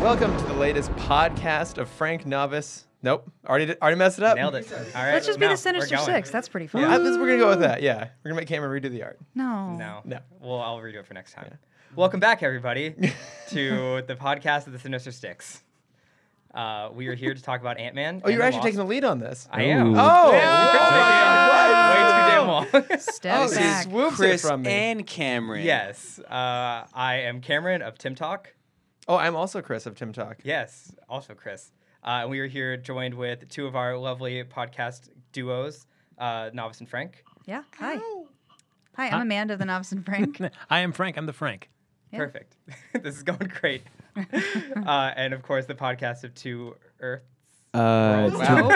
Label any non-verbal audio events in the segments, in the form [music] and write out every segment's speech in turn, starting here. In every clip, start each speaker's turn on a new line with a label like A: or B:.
A: Welcome to the latest podcast of Frank Novice. Nope, already did- already messed it up.
B: Nailed it. All right.
C: Let's just be
B: no,
C: the Sinister
B: we're going.
C: Six. That's pretty fun.
A: I- this- we're gonna go with that. Yeah, we're gonna make Cameron redo the art. Oh,
C: No.
B: No.
A: No.
B: Well, I'll redo it for next time. Welcome back, everybody, to the podcast of the Sinister Six. Uh, we are here to talk about Ant Man.
A: Oh, you're actually taking the lead on this.
B: I am.
D: Ooh.
A: Oh,
B: Yeah.
A: wow.
B: way too damn long. [laughs]
C: Step
A: oh,
C: back.
A: she swoops
D: Chris
A: it from me.
D: and Cameron.
B: yes. Uh, I am Cameron of Tim Talk.
A: oh, I'm also Chris of Tim Talk. [laughs]
B: Yes. Also, Chris. Uh, and we are here joined with two of our lovely podcast duos, uh, Novice and Frank.
C: Yeah. Hi. Hi, I'm Amanda, the novice and
E: [laughs]
C: Frank.
E: I am Frank. I'm the Frank.
C: Yeah.
B: Perfect. [laughs] this is going great. uh, and of course, the podcast of Two Earths.
D: Uh,
A: Wow.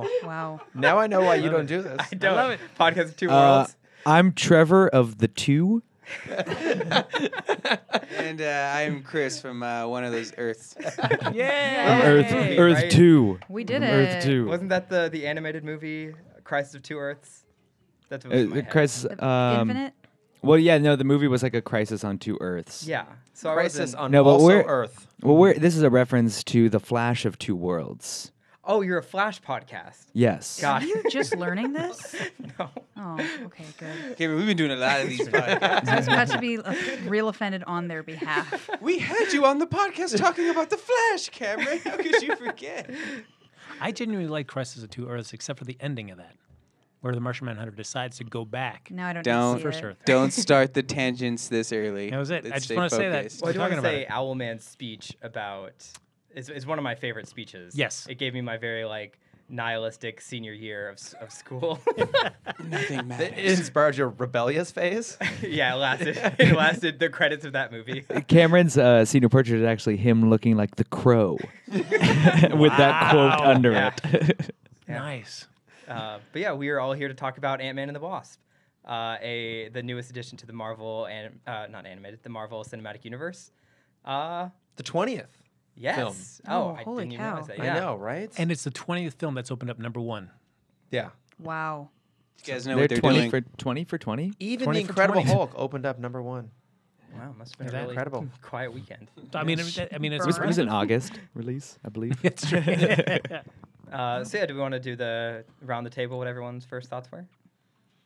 A: wow.
C: wow.
A: Now I know why you don't do this.
B: [laughs] I don't.
E: love it.
B: Podcast of Two
D: uh,
B: Worlds.
F: I'm Trevor of the two.
D: [laughs] and uh, I'm Chris from uh, one of those Earths.
B: [laughs]
E: Yeah.
F: Earth,
B: Hey,
F: Earth
B: right.
F: two.
C: We did it.
F: Earth two. Uh,
B: Wasn't that the the animated movie Crisis of Two Earths? That's what was in my
F: Uh,
B: head.
F: crisis.
C: The
F: Um,
C: Infinite.
F: Well, yeah, no, the movie was like a crisis on two Earths.
B: Yeah. So I
A: Crisis
B: wasn't-
A: on
F: No, but
A: also
F: we're-
A: Earth.
F: Well, we're, this is a reference to the Flash of Two Worlds.
B: Oh, you're a Flash podcast.
F: Yes.
B: Got
C: Are you just learning this?
B: no.
C: Oh, okay, good.
D: Cameron, we've been doing a lot of these podcasts.
C: I was about to be uh, real offended on their behalf.
D: we had you on the podcast talking about the Flash, Cameron. How could you forget?
E: I genuinely like Crisis of Two Earths, except for the ending of that, where the Martian Manhunter decides to go back.
C: No, I don't.
D: Don't-
C: see
E: First
C: it.
E: Earth.
D: Don't start the tangents this early.
E: That was it. I
D: Let's
E: just
D: stay
E: wanna say that.
D: focused.
B: Well, I do want to
E: talking
B: say Owlman's speech about is is one of my favorite speeches.
E: Yes.
B: It gave me my very like nihilistic senior year of s- of school.
D: Nothing
A: It
D: matters.
A: inspired your rebellious phase.
B: yeah, it lasted. It lasted the credits of that movie.
F: Cameron's uh, senior portrait is actually him looking like the crow [laughs] with that quote
E: Wow.
F: under
B: Yeah.
F: it.
E: Nice.
B: Uh, but yeah, we are all here to talk about Ant Man and the Wasp, uh, a the newest addition to the Marvel and uh, not animated, the Marvel Cinematic Universe. Uh,
A: The twentieth.
B: yes.
C: Oh,
B: I
C: holy
B: didn't even realize
C: cow.
B: that. Yeah.
A: I know, right?
E: And it's the 20th film that's opened up number one.
A: yeah.
C: Wow.
D: you guys know
F: they're
D: what they're
F: 20
D: doing.
F: for 20 for 20?
A: Even
E: 20
A: the
E: for
A: Incredible
E: 20.
A: Hulk opened up number one.
B: Wow, must have been a
E: Is that
B: really
A: incredible?
B: [laughs] quiet weekend.
E: I mean, it- I mean, it's
F: It was, it was
C: Burn. [laughs]
F: an August release, I believe.
E: [laughs] It's true.
B: Uh, so yeah, do we want to do the round the table? What everyone's first thoughts were?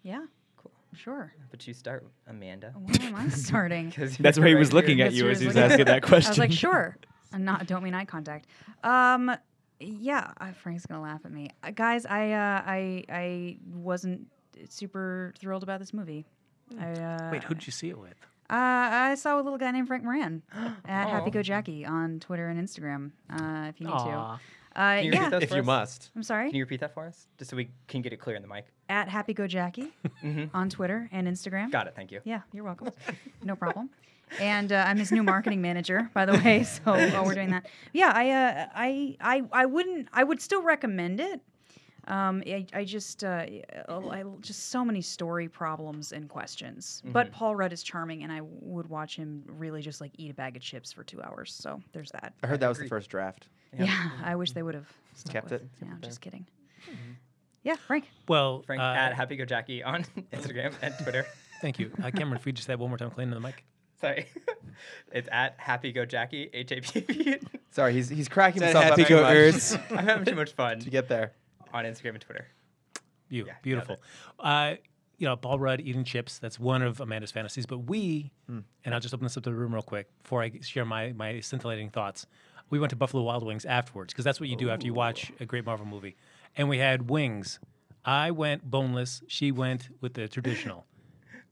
C: Yeah.
B: Cool.
C: Sure.
B: But you start, Amanda.
C: Why am I starting?
B: [laughs] 'Cause
F: [laughs] That's
B: you're
F: why he
B: right
F: was
B: here.
F: looking at
C: Yes,
F: you
C: he
F: as he
C: was
F: was
C: looking
F: asking that
C: [laughs]
F: question.
C: I was like, sure. And not don't mean eye contact. Um, yeah, uh, Frank's gonna laugh at me, uh, guys. I uh, I I wasn't super thrilled about this movie. I, uh,
E: Wait, who'd you see it with?
C: Uh, I saw a little guy named
B: [gasps]
C: Frank Moran at
B: Aw.
C: Happy Go Jackie on Twitter and Instagram. Uh, if you need
E: Aw.
C: to, uh,
B: Can you repeat
C: yeah.
B: those
A: If
B: for
A: you
B: us?
A: must.
C: I'm sorry.
B: Can you repeat that for us, just so we can get it clear in the mic?
C: at Happy
B: [laughs]
C: Go Jackie
B: Mhm.
C: on Twitter and Instagram.
B: Got it. Thank you.
C: Yeah, you're welcome. no problem. And uh, I'm his new marketing manager, by the way. So while we're doing that, yeah, I, uh, I, I, I wouldn't. I would still recommend it. Um, I, I just, uh, I, just so many story problems and questions. But Paul Rudd is charming, and I would watch him really just like eat a bag of chips for two hours. So there's that.
A: I heard that was the first draft.
C: Yeah, I wish they would have
A: Kept it.
C: Yeah, I'm just kidding. Yeah, Frank.
E: Well,
B: Frank
E: uh,
B: at Happy Go Jackie on [laughs] Instagram and Twitter.
E: thank you. Uh, Cameron, if you just say that one more time, clean to the mic.
B: Sorry, [laughs] it's at Happy Go Jackie. H A P P. [laughs]
A: Sorry, he's he's cracking
D: Is that
A: himself up
D: Happy
A: too
D: Go
A: much [laughs]
D: Earths?
B: I'm having too much fun
A: to get there.
B: on Instagram and Twitter.
E: You,
B: got
E: beautiful. Uh, you know, Paul Rudd eating chips. That's one of Amanda's fantasies. But we,
B: Hmm.
E: and I'll just open this up to the room real quick before I share my my scintillating thoughts. We went to Buffalo Wild Wings afterwards because that's what you do
B: Oh.
E: after you watch a great Marvel movie. And we had wings. I went boneless. She went with the
B: [laughs]
E: traditional.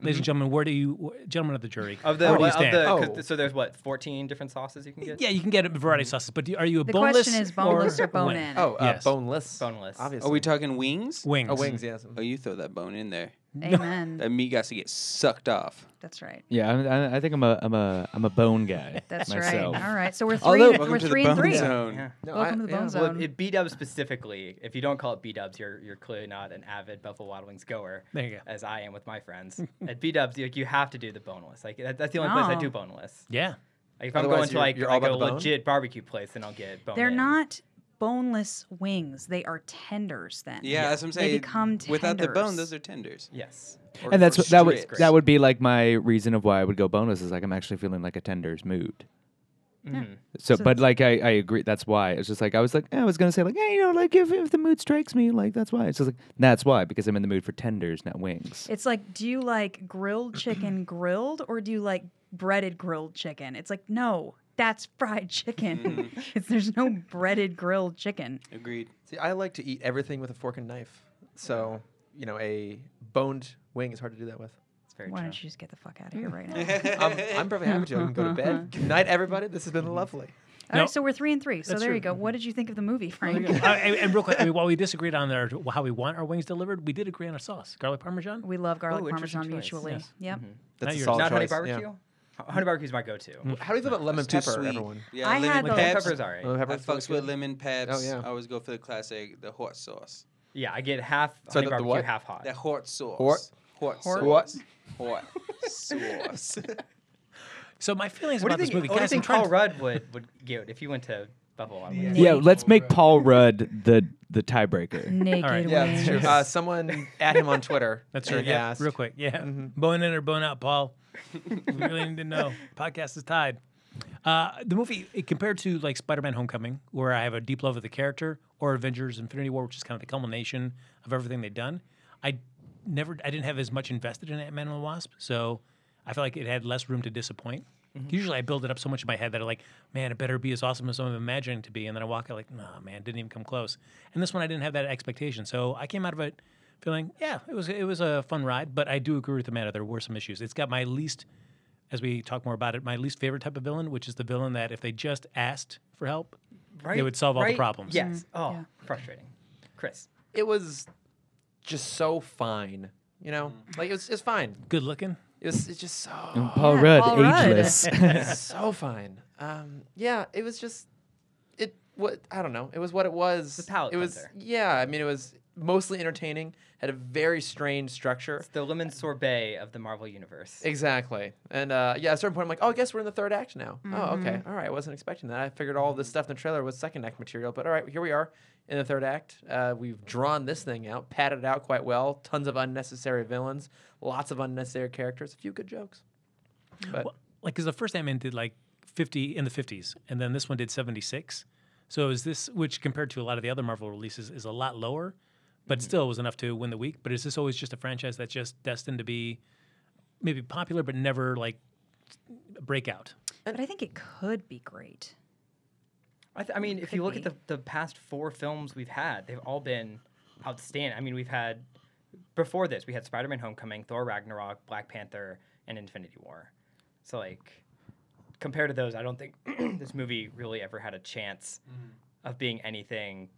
E: Ladies and gentlemen, where do you, wh- gentlemen of the jury,
B: Mm-hmm. Of the,
E: where do you
B: what- of
E: stand?
B: the 'cause
A: Oh.
B: th- so there's what 14 different sauces you can get.
E: yeah, you can get a variety
B: Mm-hmm.
E: of sauces, but do, are you a
C: The
E: boneless?
C: question is boneless or, bone
E: wing?
C: in.
A: Oh, uh,
E: Yes.
A: boneless.
B: Boneless.
A: Obviously.
D: Are we talking wings?
E: Wings.
A: Oh, wings, yes.
D: Oh, you throw that bone in there.
C: amen.
D: That meat got to get sucked off.
C: That's right.
F: Yeah, I'm, I, I think I'm a I'm a I'm a bone guy.
C: That's
F: myself.
C: right. All right. So we're three.
D: Although,
C: and, we're
D: welcome to the
C: three and
D: bone
C: three.
D: zone.
B: Yeah.
A: No,
C: Welcome to the
A: yeah.
C: bone
B: Well,
C: zone.
B: it, B Dubs specifically, if you don't call it B Dubs, you're you're clearly not an avid Buffalo Wild Wings goer.
E: There you go.
B: As I am with my [laughs] friends. At B Dubs, like you have to do the boneless. Like that, that's the only place I
C: No.
B: do boneless.
E: Yeah.
B: Like if
A: Otherwise
B: I'm going to
A: you're-
B: like,
A: you're all
B: like a
A: about the bone?
B: legit barbecue place, then I'll get bone.
C: They're
B: in.
C: not boneless wings. They are tenders. Then.
D: Yeah, that's what I'm saying.
C: They become
D: Without the bone,
C: tenders.
D: those are tenders.
B: Yes.
D: Or
F: And that's
D: for
F: what- that would
D: strips.
F: that would be like my reason of why I would go boneless is like I'm actually feeling like a tender's mood. So,
C: So
F: but
C: it's-
F: like I, I agree. That's why it's just like I was like eh, I was gonna say like hey you know like if, if the mood strikes me like that's why it's just like that's why because I'm in the mood for tenders not wings.
C: It's like, do you like grilled chicken grilled or do you like breaded grilled chicken? It's like, no, that's
A: [laughs]
C: fried chicken. [laughs] it's, there's no breaded grilled chicken.
D: Agreed.
A: See, I like to eat everything with a fork and knife. So, you know, a boned wing is hard to do that with.
B: It's very
C: Why
B: true.
C: don't you just get the fuck out of
A: [laughs]
C: here right now? All
A: I'm, I'm perfectly happy to. I can go to
D: [laughs]
A: bed. Good night, everybody. This has been lovely.
E: No.
C: right, so we're three and three. So
E: That's
C: there
E: true.
C: you go. What did you think of the movie, Frank?
E: Uh, and, and
B: [laughs]
E: real quick, I mean, while we disagreed on our, how we want our wings delivered, we did agree on our sauce, garlic parmesan.
C: [laughs] we love garlic
B: Oh, interesting
C: parmesan
B: choice.
C: mutually.
E: Yes.
C: Yep.
A: That's
E: yours.
A: a solid
B: Not honey
A: choice. yeah.
B: barbecue. Ho- Honey barbecue is my go-to.
A: How do you feel about lemon
D: That's too
A: pepper,
D: sweet.
A: everyone?
D: Yeah,
C: I
D: lemon
C: had
B: Lemon
D: peps.
B: pepper is alright.
A: Lemon
D: I
A: pepper
D: fucks with lemon peps.
A: Oh, yeah.
D: I always go for the classic, the hot sauce.
B: Yeah, I get half
A: So
B: honey
A: the- the
B: barbecue,
A: what?
B: half hot.
D: The hot sauce.
A: Hort-
D: Hot,
A: Hort-
D: sauce. Hot
C: [laughs]
D: sauce.
E: So my feelings
A: What do
E: about
A: you
E: this
A: think-
E: movie,
B: What do you
E: guys, I'm
B: think
E: trying
B: Paul
E: to-
B: Rudd [laughs] would, would get if he went to Buffalo Wild Wings?
F: Yeah, let's make Paul Rudd the the tiebreaker.
C: Naked
E: right.
A: Yeah,
C: wings.
A: that's
D: [laughs]
A: true. Uh, someone at him on Twitter.
E: That's right.
A: and
E: Yeah,
A: asked-
E: real quick. Yeah,
B: Mm-hmm.
E: bone in or bone out, Paul. we really
B: [laughs]
E: need to know. Podcast is tied. Uh, the movie it, compared to like Spider-Man: Homecoming, where I have a deep love of the character, or Avengers: Infinity War, which is kind of the culmination of everything they've done. I never, I didn't have as much invested in Ant-Man and the Wasp, so I feel like it had less room to disappoint. Usually, I build it up so much in my head that I'm like, man, it better be as awesome as I'm imagining it to be, and then I walk out like, nah, man, didn't even come close. And this one, I didn't have that expectation, so I came out of it feeling, yeah, it was it was a fun ride, but I do agree with Amanda. There were some issues. It's got my least as we talk more about it, my least favorite type of villain, which is the villain that if they just asked for help, they would solve all the
B: right?
E: problems.
B: Yes. Oh,
C: yeah.
B: frustrating. Chris.
A: It was just so fine. You know,
D: Mm.
A: like it was, it was fine.
E: Good looking.
A: It was it's just so
F: Oh, Paul
C: Yeah,
F: Rudd,
C: Paul Rudd. [laughs]
F: ageless.
A: so fine. Um, yeah, it was just it. What I don't know. It was what it was.
B: The palate
A: It was
B: cleanser.
A: yeah. I mean, it was mostly entertaining. Had a very strange structure.
B: It's the lemon sorbet of the Marvel Universe.
A: Exactly. And uh, yeah, at a certain point, I'm like, oh, I guess we're in the third act now. Oh,
B: Mm-hmm.
A: okay. All right. I wasn't expecting that. I figured all this stuff in the trailer was second act material, but all right, here we are in the third act. Uh, we've drawn this thing out, padded it out quite well. Tons of unnecessary villains, lots of unnecessary characters, a few good jokes. But
E: Well, like, because the first Ant Man did like 50 in the 50s, and then this one did 76. So is this, which compared to a lot of the other Marvel releases, is a lot lower, but still was enough to win the week. But is this always just a franchise that's just destined to be maybe popular, but never like breakout?
C: But I think it could be great.
B: I, th- I mean, if
C: could
B: you look at
C: be.
B: the, the past four films we've had, they've all been outstanding. I mean, we've had, before this, we had Spider Man Homecoming, Thor Ragnarok, Black Panther, and Infinity War. So, like, compared to those, I don't think [clears throat] this movie really ever had a chance of being anything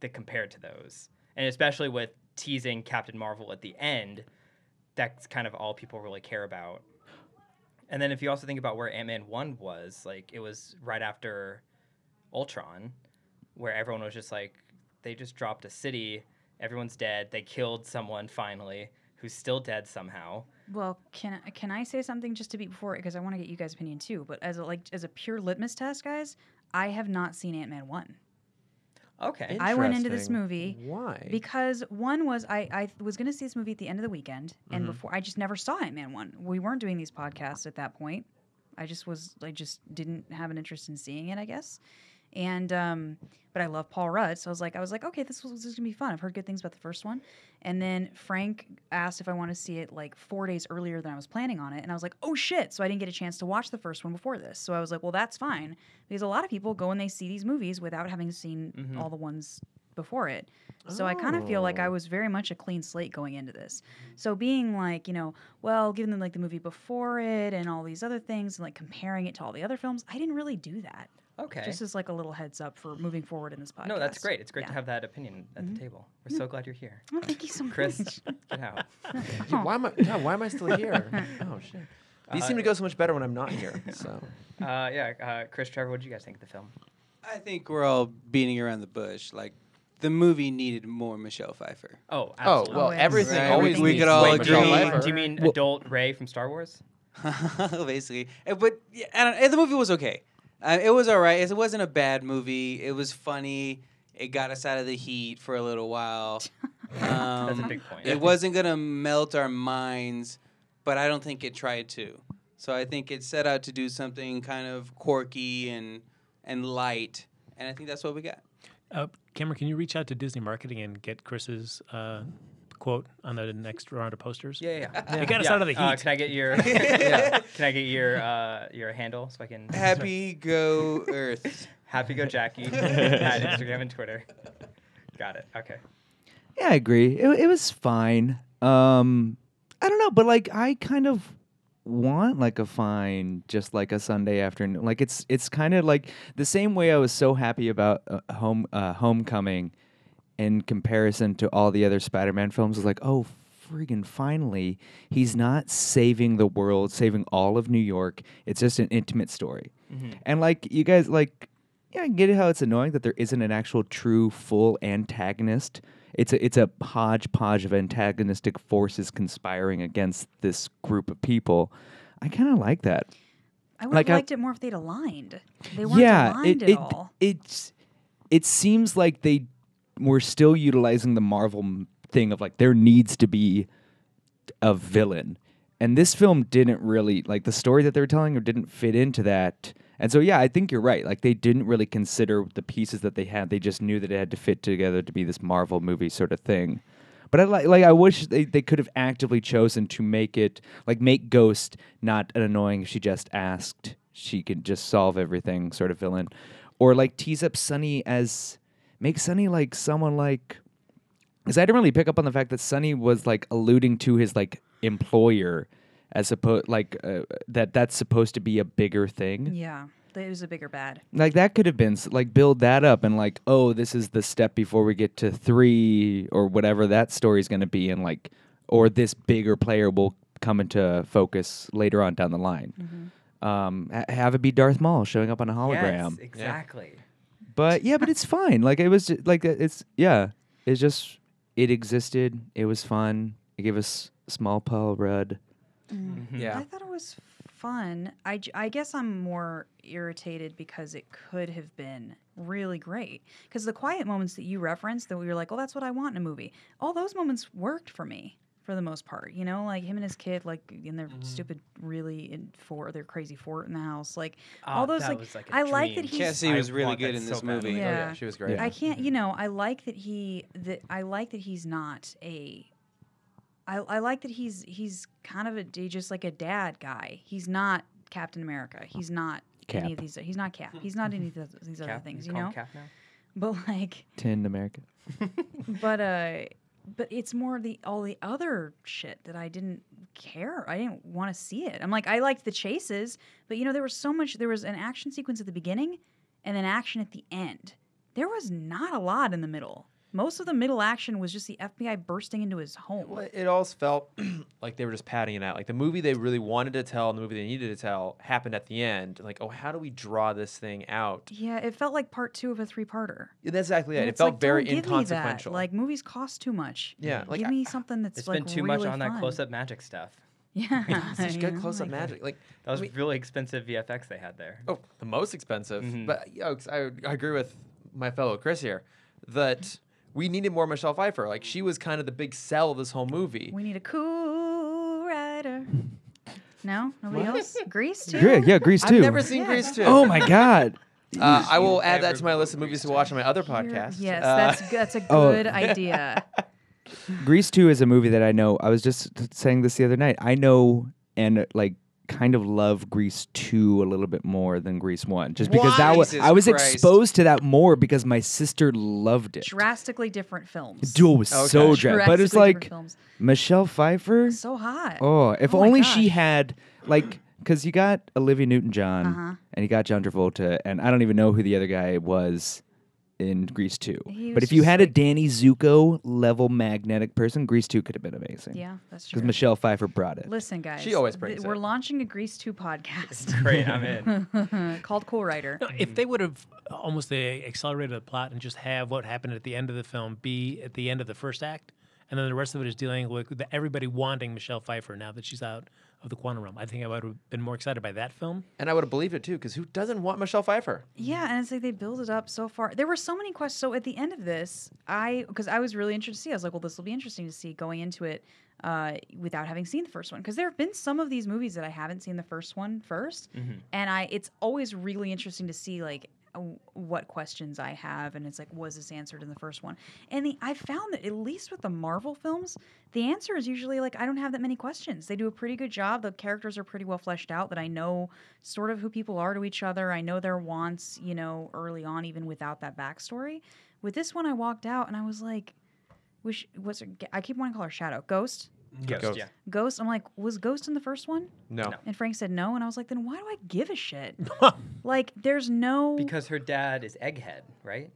B: that compared to those. And especially with teasing Captain Marvel at the end, that's kind of all people really care about. And then if you also think about where Ant Man 1 was, like, it was right after Ultron, where everyone was just like, they just dropped a city, everyone's dead, they killed someone finally, who's still dead somehow.
C: Well, can I- can I say something just to be before because I want to get you guys' opinion too. But as a, like as a pure litmus test, guys, I have not seen Ant Man one.
B: Okay.
C: I went into this
A: Interesting.
C: movie
A: Why?
C: because one was I I was going to see this movie at the end of the weekend, and before I just never saw Ant Man one. We weren't doing these podcasts at that point. I just was I just didn't have an interest in seeing it, I guess. And um, but I love Paul Rudd, so I was like, I was like, okay, this was this is gonna be fun. I've heard good things about the first one, and then Frank asked if I want to see it like four days earlier than I was planning on it, and I was like, oh shit! So I didn't get a chance to watch the first one before this. So I was like, well, that's fine because a lot of people go and they see these movies without having seen all the ones before it. So I kind of feel like I was very much a clean slate going into this. So being like, you know, well, giving them like the movie before it and all these other things and like comparing it to all the other films, I didn't really do that.
B: Okay.
C: Just as like a little heads up for moving forward in this podcast.
B: no, that's great. It's great
C: Yeah. Mm-hmm.
B: to have that opinion at the table. We're so glad you're
C: [laughs]
B: here.
C: Oh, thank you so
B: [laughs]
C: much.
B: Chris, get out.
A: Dude, why am I? God, why am I still here?
C: [laughs]
A: oh shit. These seem to go so much better when I'm not [laughs] here. So
B: Uh, yeah, uh, Chris, Trevor, what did you guys think of the film?
D: I think we're all beating around the bush. Like, the movie needed more Michelle Pfeiffer.
B: Oh,
A: oh
B: absolutely.
A: well,
C: yeah.
A: everything
D: Right,
A: always
D: we- we
A: needs
C: Oh,
D: could all
A: way
D: agree.
A: Michelle
B: Do you mean,
A: Pfeiffer.
B: do you mean adult Ray from Star Wars?
D: [laughs] basically. Uh, But yeah, I don't, and the movie was okay. Uh, it was all right. It wasn't a bad movie. It was funny. It got us out of the heat for a little while.
B: [laughs]
D: Um,
B: That's a big point.
D: It wasn't gonna melt our minds, but I don't think it tried to. So I think it set out to do something kind of quirky and and light, and I think that's what we got.
E: Uh, Cameron, can you reach out to Disney Marketing and get Chris's uh, quote on the next round of posters?
B: Yeah, yeah. yeah.
E: It got us
B: Yeah.
E: out of the heat.
B: Uh, can I get
C: [laughs]
B: your Can I get your uh, your handle so I can [laughs]
D: [laughs] Happy Go Earth.
B: Happy Go Jackie
C: [laughs]
B: at Instagram and Twitter. Got it. Okay.
F: Yeah, I agree. It, it was fine. Um, I don't know, but like I kind of want like a fine, just like a Sunday afternoon. Like it's it's kind of like the same way I was so happy about uh, home uh, Homecoming in comparison to all the other Spider-Man films. I was like, oh. Friggin' finally, he's not saving the world, saving all of New York. It's just an intimate story. And like you guys like yeah, I get it how it's annoying that there isn't an actual true full antagonist. It's a it's a hodgepodge of antagonistic forces conspiring against this group of people. I kind of like that.
C: I would
F: Like, I-
C: have liked it more if they'd aligned. They weren't aligned at
F: it,
C: all.
F: It's it seems like they were still utilizing the Marvel m- thing of like there needs to be a villain, and this film didn't really like the story that they were telling or didn't fit into that. And so yeah, I think you're right. Like they didn't really consider the pieces that they had. They just knew that it had to fit together to be this Marvel movie sort of thing. But I like like I wish they, they could have actively chosen to make it like make Ghost not an annoying she just asked she could just solve everything sort of villain. Or like tease up Sunny as make Sunny like someone like because I didn't really pick up on the fact that Sonny was like alluding to his like employer as supposed like uh, that that's supposed to be a bigger thing
C: Yeah, it was a bigger bad.
F: like that could have been s- like build that up and like oh this is the step before we get to three or whatever that story's going to be and like or this bigger player will come into focus later on down the line um, ha- have it be darth maul showing up on a hologram
B: Yes, exactly.
F: but yeah but it's fine like it was ju- like uh, it's yeah it's just it existed it was fun it gave us small paul rudd
A: Yeah.
C: I thought it was fun. I, j- I guess I'm more irritated because it could have been really great. Because the quiet moments that you referenced, that we were like, oh, that's what I want in a movie, all those moments worked for me for the most part. You know, like him and his kid, like in their
B: Mm-hmm.
C: stupid, really in fort, their crazy fort in the house. Like all
B: Oh,
C: those,
B: that
C: like,
B: was like a
C: I like Ah, that
B: dream.
C: he's.
D: Cassie was
B: I
D: really
B: want that
D: good in this
B: so badly.
D: movie.
A: Oh,
C: Yeah.
A: yeah, she was great.
C: I can't, you know, I like that he that I like that he's not a I, I like that he's he's kind of a d- just like a dad guy. He's not Captain America. He's not any of
F: Cap.
C: these. He's not Cap. He's not any of these, these other
B: Cap-
C: things,
B: it's
C: you
B: called
C: know.
B: Cap now?
C: But like,
F: tin america
C: but uh, but it's more the all the other shit that I didn't care. I didn't want to see it. I'm like, I liked the chases, but you know, there was so much. There was an action sequence at the beginning, and then action at the end. There was not a lot in the middle. Most of the middle action was just the FBI bursting into his home.
A: Well, it always felt [clears throat] like they were just padding it out. Like the movie they really wanted to tell and the movie they needed to tell happened at the end. Like, oh, how do we draw this thing out?
C: Yeah, it felt like part two of a three-parter.
A: Yeah, That's exactly it.
C: And
A: It
C: it's
A: felt
C: like,
A: very
C: don't give me that.
A: inconsequential. [laughs]
C: Like movies cost too much.
A: Yeah, like,
C: give
A: I-
C: me something that's
B: It's
C: like
B: been too
C: really
B: much on that
C: fun.
B: close-up magic stuff.
C: [laughs]
A: [laughs]
C: Yeah,
A: such
C: you
A: good
C: know,
A: close up
C: like- uh,
A: magic. Like
B: That was
A: I mean,
B: really expensive VFX they had there.
A: oh, the most expensive.
C: Mm-hmm.
B: Mhm.
A: But you know, 'cause I, I agree with my fellow Chris here that we needed more Michelle Pfeiffer. Like she was kind of the big sell of this whole movie.
C: We need a cool rider. No, nobody else. Grease too.
F: yeah, yeah grease too
A: I've never seen
C: Yeah.
A: Grease 2.
F: oh my god
A: Uh, I will
B: You've
A: add that
B: never
A: to my list of movies to watch on my other
C: Here-
A: podcast.
C: Yes,
A: Uh,
C: that's g- that's a
F: Oh.
C: good idea.
F: Grease 2 is a movie that I know. I was just t- saying this the other night. I know and uh, like kind of love Grease 2 a little bit more than Grease 1 just because that was
D: Jesus
F: I was
D: Christ.
F: exposed to that more because my sister loved it.
C: Drastically different films.
F: Duel was
A: Okay.
F: so dra- but it's
C: Drastically different
F: like
C: films.
F: Michelle Pfeiffer.
C: so hot.
F: Oh, if
C: Oh my
F: only she
C: gosh.
F: had like because you got Olivia Newton-John
C: Uh-huh.
F: and you got John Travolta, and I don't even know who the other guy was in Grease Two.
C: He
F: But
C: was
F: if you
C: just,
F: had a
C: like-
F: Danny Zuko level magnetic person, Grease Two could have been amazing.
C: Yeah, that's true.
F: because Michelle Pfeiffer brought it.
C: Listen, guys.
A: She always
C: th-
A: brings
C: We're
A: it.
C: launching a Grease 2 podcast
B: Great, I'm in.
C: [laughs] called Cool Rider.
E: No,
B: Mm.
E: if they would have almost uh, accelerated the plot and just have what happened at the end of the film be at the end of the first act, and then the rest of it is dealing with the, everybody wanting Michelle Pfeiffer now that she's out of the quantum realm, I think I would have been more excited by that film.
A: and I would have believed it too, because who doesn't want Michelle Pfeiffer?
C: Yeah, and it's like they build it up so far. There were so many questions. So at the end of this, I because I was really interested to see. I was like, well, this will be interesting to see going into it. uh, without having seen the first one. Because there have been some of these movies that I haven't seen the first one first, and I it's always really interesting to see like w- what questions I have, and it's like was this answered in the first one? And the, I found that at least with the Marvel films, the answer is usually like I don't have that many questions. They do a pretty good job. The characters are pretty well fleshed out. That I know sort of who people are to each other. I know their wants, you know, early on, even without that backstory. With this one, I walked out and I was like. Wish, what's her, I keep wanting to call her Shadow. Ghost?
B: Ghost,
A: Ghost.
B: yeah.
C: Ghost. I'm like, was Ghost in the first one?
A: No.
B: No.
C: And Frank said no, and I was like, then why do I give a shit?
B: [laughs]
C: like, there's no.
B: Because her dad is Egghead, right?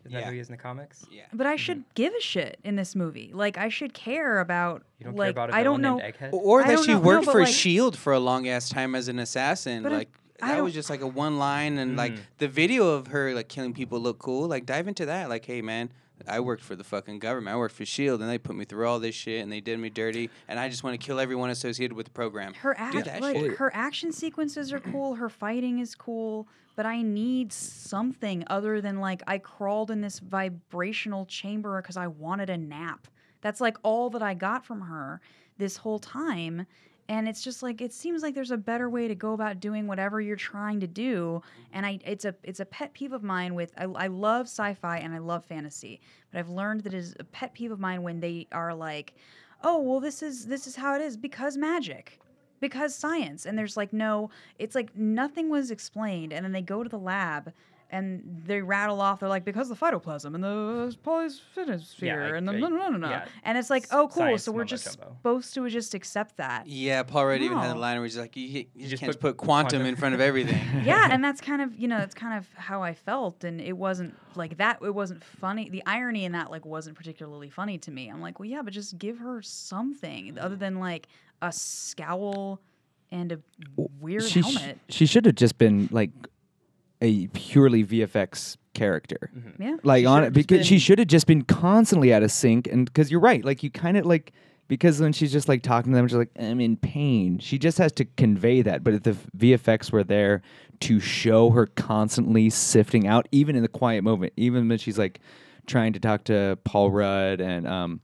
B: Isn't that
D: Yeah.
B: who he is in the comics?
D: Yeah.
C: but I should give a shit in this movie. Like, I should care about.
B: You don't
C: like,
B: care about a
C: I don't know.
B: villain named Egghead?
D: Or
C: I
D: that
C: don't
D: she
C: know. No,
D: worked
C: but,
D: for
C: like-
D: Shield E for a long ass time as an assassin.
C: But I-
D: like
C: I
D: that
C: don't-
D: was just like a one line, and
B: Mm.
D: like the video of her like killing people looked cool. Like dive into that. Like hey man, I worked for the fucking government. I worked for Shield, and they put me through all this shit, and they did me dirty, and I just want to kill everyone associated with the program.
C: Her
D: Do
C: act,
D: that
C: like
D: shit.
C: her action sequences are cool. Her fighting is cool, but I need something other than like I crawled in this vibrational chamber because I wanted a nap. That's like all that I got from her this whole time. And it's just like it seems like there's a better way to go about doing whatever you're trying to do. And I, it's a, it's a pet peeve of mine. With I, I love sci-fi and I love fantasy, but I've learned that it is a pet peeve of mine when they are like, oh well, this is this is how it is because magic because science and there's like no it's like nothing was explained and then they go to the lab and they rattle off they're like because the phytoplasm and the polyphenosphere
B: I-
C: and the
B: I-
C: no no no no
B: yeah.
C: and it's like oh cool
B: Science
C: so we're
B: mumbo
C: just
B: jumbo.
C: supposed to just
B: [laughs]
C: accept that
D: Yeah, Paul Rudd even had a
C: No.
D: line where he's like, you, you, just,
B: just
D: can't
B: put
D: put, put quantum,
B: quantum-
D: in front
B: [laughs]
D: of everything.
C: yeah and that's kind of you know that's kind of how i felt and it wasn't like that it wasn't funny the irony in that like wasn't particularly funny to me i'm like well yeah but just give her something other than like a scowl and a weird
F: she sh-
C: helmet
F: she should have just been like a purely VFX character.
B: Hmm.
C: yeah
F: Like on
B: should've
F: it
B: just
F: because she
B: been-
F: should have just been constantly out of sync and cuz you're right. Like you kind of like because when she's just like talking to them she's like I'm in pain. She just has to convey that. But if the VFX were there to show her constantly sifting out even in the quiet moment, even when she's like trying to talk to Paul Rudd and um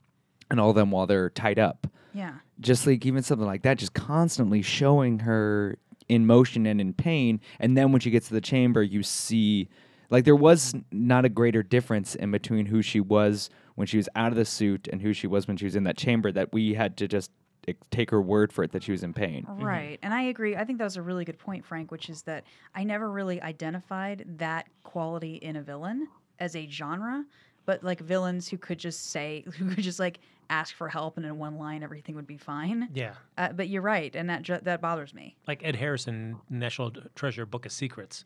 F: and all them while they're tied up
C: yeah
F: just like even something like that, just constantly showing her in motion and in pain. And then when she gets to the chamber, you see like there was n- not a greater difference in between who she was when she was out of the suit and who she was when she was in that chamber that we had to just ex- take her word for it that she was in pain.
C: Right. And I agree. I think that was a really good point, Frank, which is that I never really identified that quality in a villain as a genre, but like villains who could just say, [laughs] who could just like ask for help and in one line everything would be fine.
E: yeah.
C: Uh, but you're right. And that, ju- that bothers me.
E: like Ed Harrison, National Treasure Book of Secrets.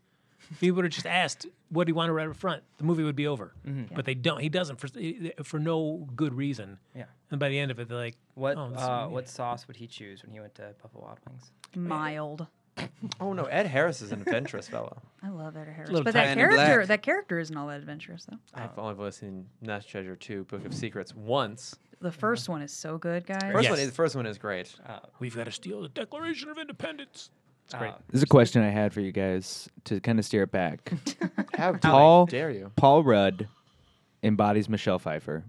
E: If he would have just asked, "What do you want to right up front?" the movie would be over.
B: Mm-hmm.
E: But they don't. He doesn't for for no good reason.
B: Yeah.
E: And by the end of it, they're like,
B: What
E: Oh, this is
B: uh,
E: me.
B: what sauce would he choose when he went to Buffalo Wild Wings?
C: Mild.
A: Oh no, Ed Harris is an adventurous fellow.
C: I love Ed Harris.
E: Little
C: But
E: tiny
C: that
D: in
C: character,
D: black.
C: that character isn't all that adventurous, though.
A: I've only only seen National Treasure Two, Book of Secrets once.
C: The first one is so good, guys.
A: First
E: Yes.
A: one, is, first one is great.
E: "We've got to steal the Declaration of Independence." It's great.
B: Uh,
F: This is a question I had for you guys to kind of steer it back.
A: How
F: Paul
A: dare you?
F: Paul Rudd embodies Michelle Pfeiffer.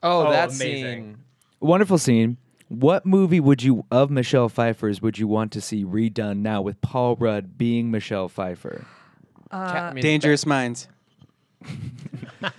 A: Oh,
B: Oh,
A: that
B: amazing.
A: scene.
F: Wonderful scene. What movie would you of Michelle Pfeiffer's would you want to see redone now with Paul Rudd being Michelle Pfeiffer?
C: Uh,
A: Ca- I mean,
D: Dangerous Minds.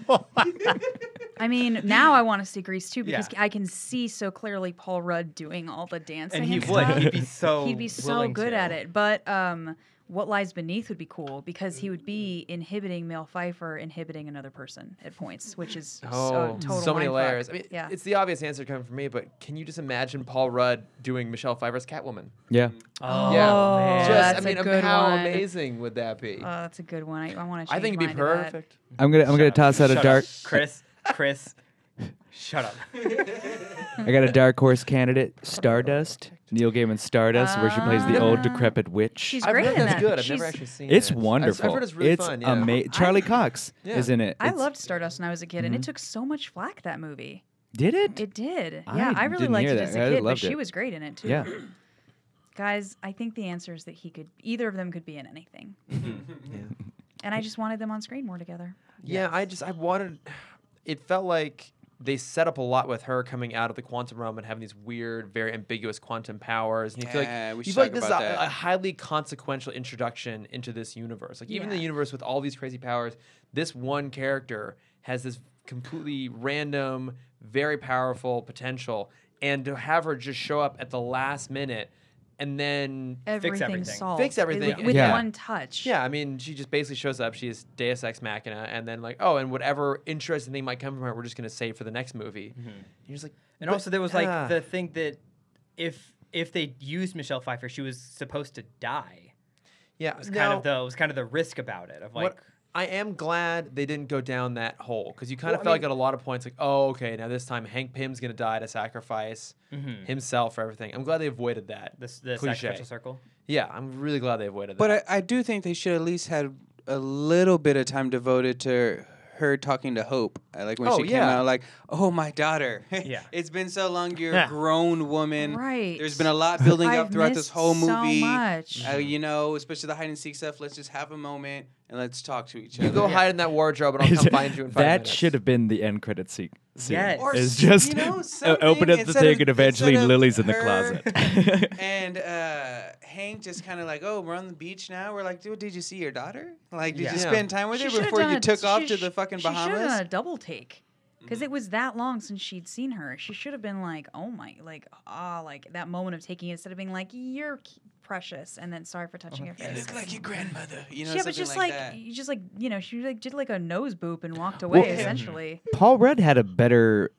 C: I mean, now I want to see Grease too because
B: Yeah.
C: I can see so clearly Paul Rudd doing all the dancing.
B: and
C: And,
B: he would.
C: stuff.
B: He'd be so.
C: He'd be so
B: willing
C: good
B: to.
C: at it. But um, what lies beneath would be cool because he would be inhibiting male Pfeiffer, inhibiting another person at points, which is
A: Oh,
C: so total.
A: so many
C: mindfuck.
A: layers. I mean,
C: yeah,
A: it's the obvious answer coming from me, but can you just imagine Paul Rudd doing Michelle Pfeiffer's Catwoman?
F: Yeah.
B: Oh,
A: Yeah.
C: man.
A: Just,
C: that's
A: I mean,
C: a
A: am-
C: good
A: how
C: one.
A: amazing would that be?
C: oh, that's a good one. I, I want to.
A: I think it'd be perfect.
F: I'm gonna I'm gonna toss out a
B: Shut up,
F: dark
B: Chris,
C: [laughs]
B: Chris, shut up.
F: I got a dark horse candidate, Stardust. Neil Gaiman Stardust, where she plays the old
C: Ah.
F: decrepit witch.
C: She's
A: I've
C: great
A: heard
C: in
A: that's
C: that.
A: good. I've
C: She's-
A: never actually seen
F: it's
A: it. I've-
F: wonderful.
A: I've heard it's really
F: it's
A: fun. Yeah.
F: ama- Charlie Cox,
A: Yeah.
F: isn't it?
C: I
F: It's-
C: loved Stardust when I was a kid,
A: Mm-hmm.
C: and it took so much flack that movie.
F: Did it?
C: It did.
F: I
C: yeah, I really
F: didn't
C: liked
F: hear
C: it
F: that.
C: as a
F: I
C: kid, but
F: loved
C: she
F: it.
C: was great in it too.
F: yeah.
C: Guys, I think the answer is that he could either of them could be in anything.
A: [laughs]
C: And I just wanted them on screen more together.
A: Yeah, I just I wanted. It felt like they set up a lot with her coming out of the quantum realm and having these weird, very ambiguous quantum powers. And you feel
D: Yeah,
A: like,
D: we
A: you
D: should
A: feel like
D: talk
A: this is
D: about
A: a,
D: that.
A: a highly consequential introduction into this universe. Like even the
C: Yeah.
A: universe with all these crazy powers, this one character has this completely random, very powerful potential. And to have her just show up at the last minute and then
C: Everything's
B: everything.
C: solved.
A: Fix everything.
C: Like, with
F: Yeah.
C: one touch.
A: yeah, I mean, she just basically shows up. She is Deus Ex Machina, and then like, oh, and whatever interesting thing might come from her, we're just gonna save for the next movie. And you're just like,
B: Mm-hmm. And
A: but-
B: also, there was like
A: ah.
B: the thing that if if they used Michelle Pfeiffer, she was supposed to die.
A: yeah,
B: It was kind
A: now-
B: of the it was kind of the risk about it of like.
A: what I am glad they didn't go down that hole because you kind of
B: Well, I
A: felt
B: mean-
A: like at a lot of points like, oh, okay, now this time Hank Pym's gonna die to sacrifice himself for everything. I'm glad they avoided that.
B: Mm-hmm. The, the
A: cliche.
B: sacrificial circle.
A: yeah, I'm really glad they avoided
D: But
A: that.
D: I, I do think they should at least had a little bit of time devoted to her talking to Hope. Uh, Like when
A: Oh,
D: she came
A: yeah.
D: out, like, oh, my daughter. [laughs]
B: Yeah.
D: it's been so long. You're
E: Yeah.
D: a grown woman.
C: Right.
D: There's been a lot building
C: I've
D: up throughout this
C: missed
D: whole
C: so
D: movie.
C: much.
D: Uh, you know, especially the hide and seek stuff. Let's just have a moment and let's talk to each
A: you
D: other.
A: go hide in that wardrobe, and I'll come find you in five
F: that
A: minutes.
F: should have been the end credit se- scene.
B: Yes. Or
F: Is
D: s-
F: just
D: you know,
F: uh, [laughs] open
D: something
F: up the
D: instead
F: thing
D: of-
F: and eventually
D: instead of
F: Lily's in the
D: her-
F: closet.
D: and uh, Hank just kind of like, oh, we're on the beach now. We're like, dude, did you see your daughter? Like, did
A: Yeah.
D: you
A: Yeah.
D: spend time with
C: She
D: her
C: should've
D: before
C: done
D: you
C: a-
D: took
C: she
D: off to
C: sh-
D: the fucking
C: She should have done a
D: Bahamas? Mm-hmm.
C: double take. Because it was that long since she'd seen her. She should have been like, oh my, like, ah, like that moment of taking it instead of being like, you're c- precious and then sorry for touching your
D: Oh You
C: face.
D: look like your grandmother. You know,
C: yeah,
D: something
C: but just
D: like,
C: like,
D: that.
C: you just like, you know, she like did like a nose boop and walked away
F: yeah.
D: [laughs]
C: essentially.
F: Paul Rudd had a better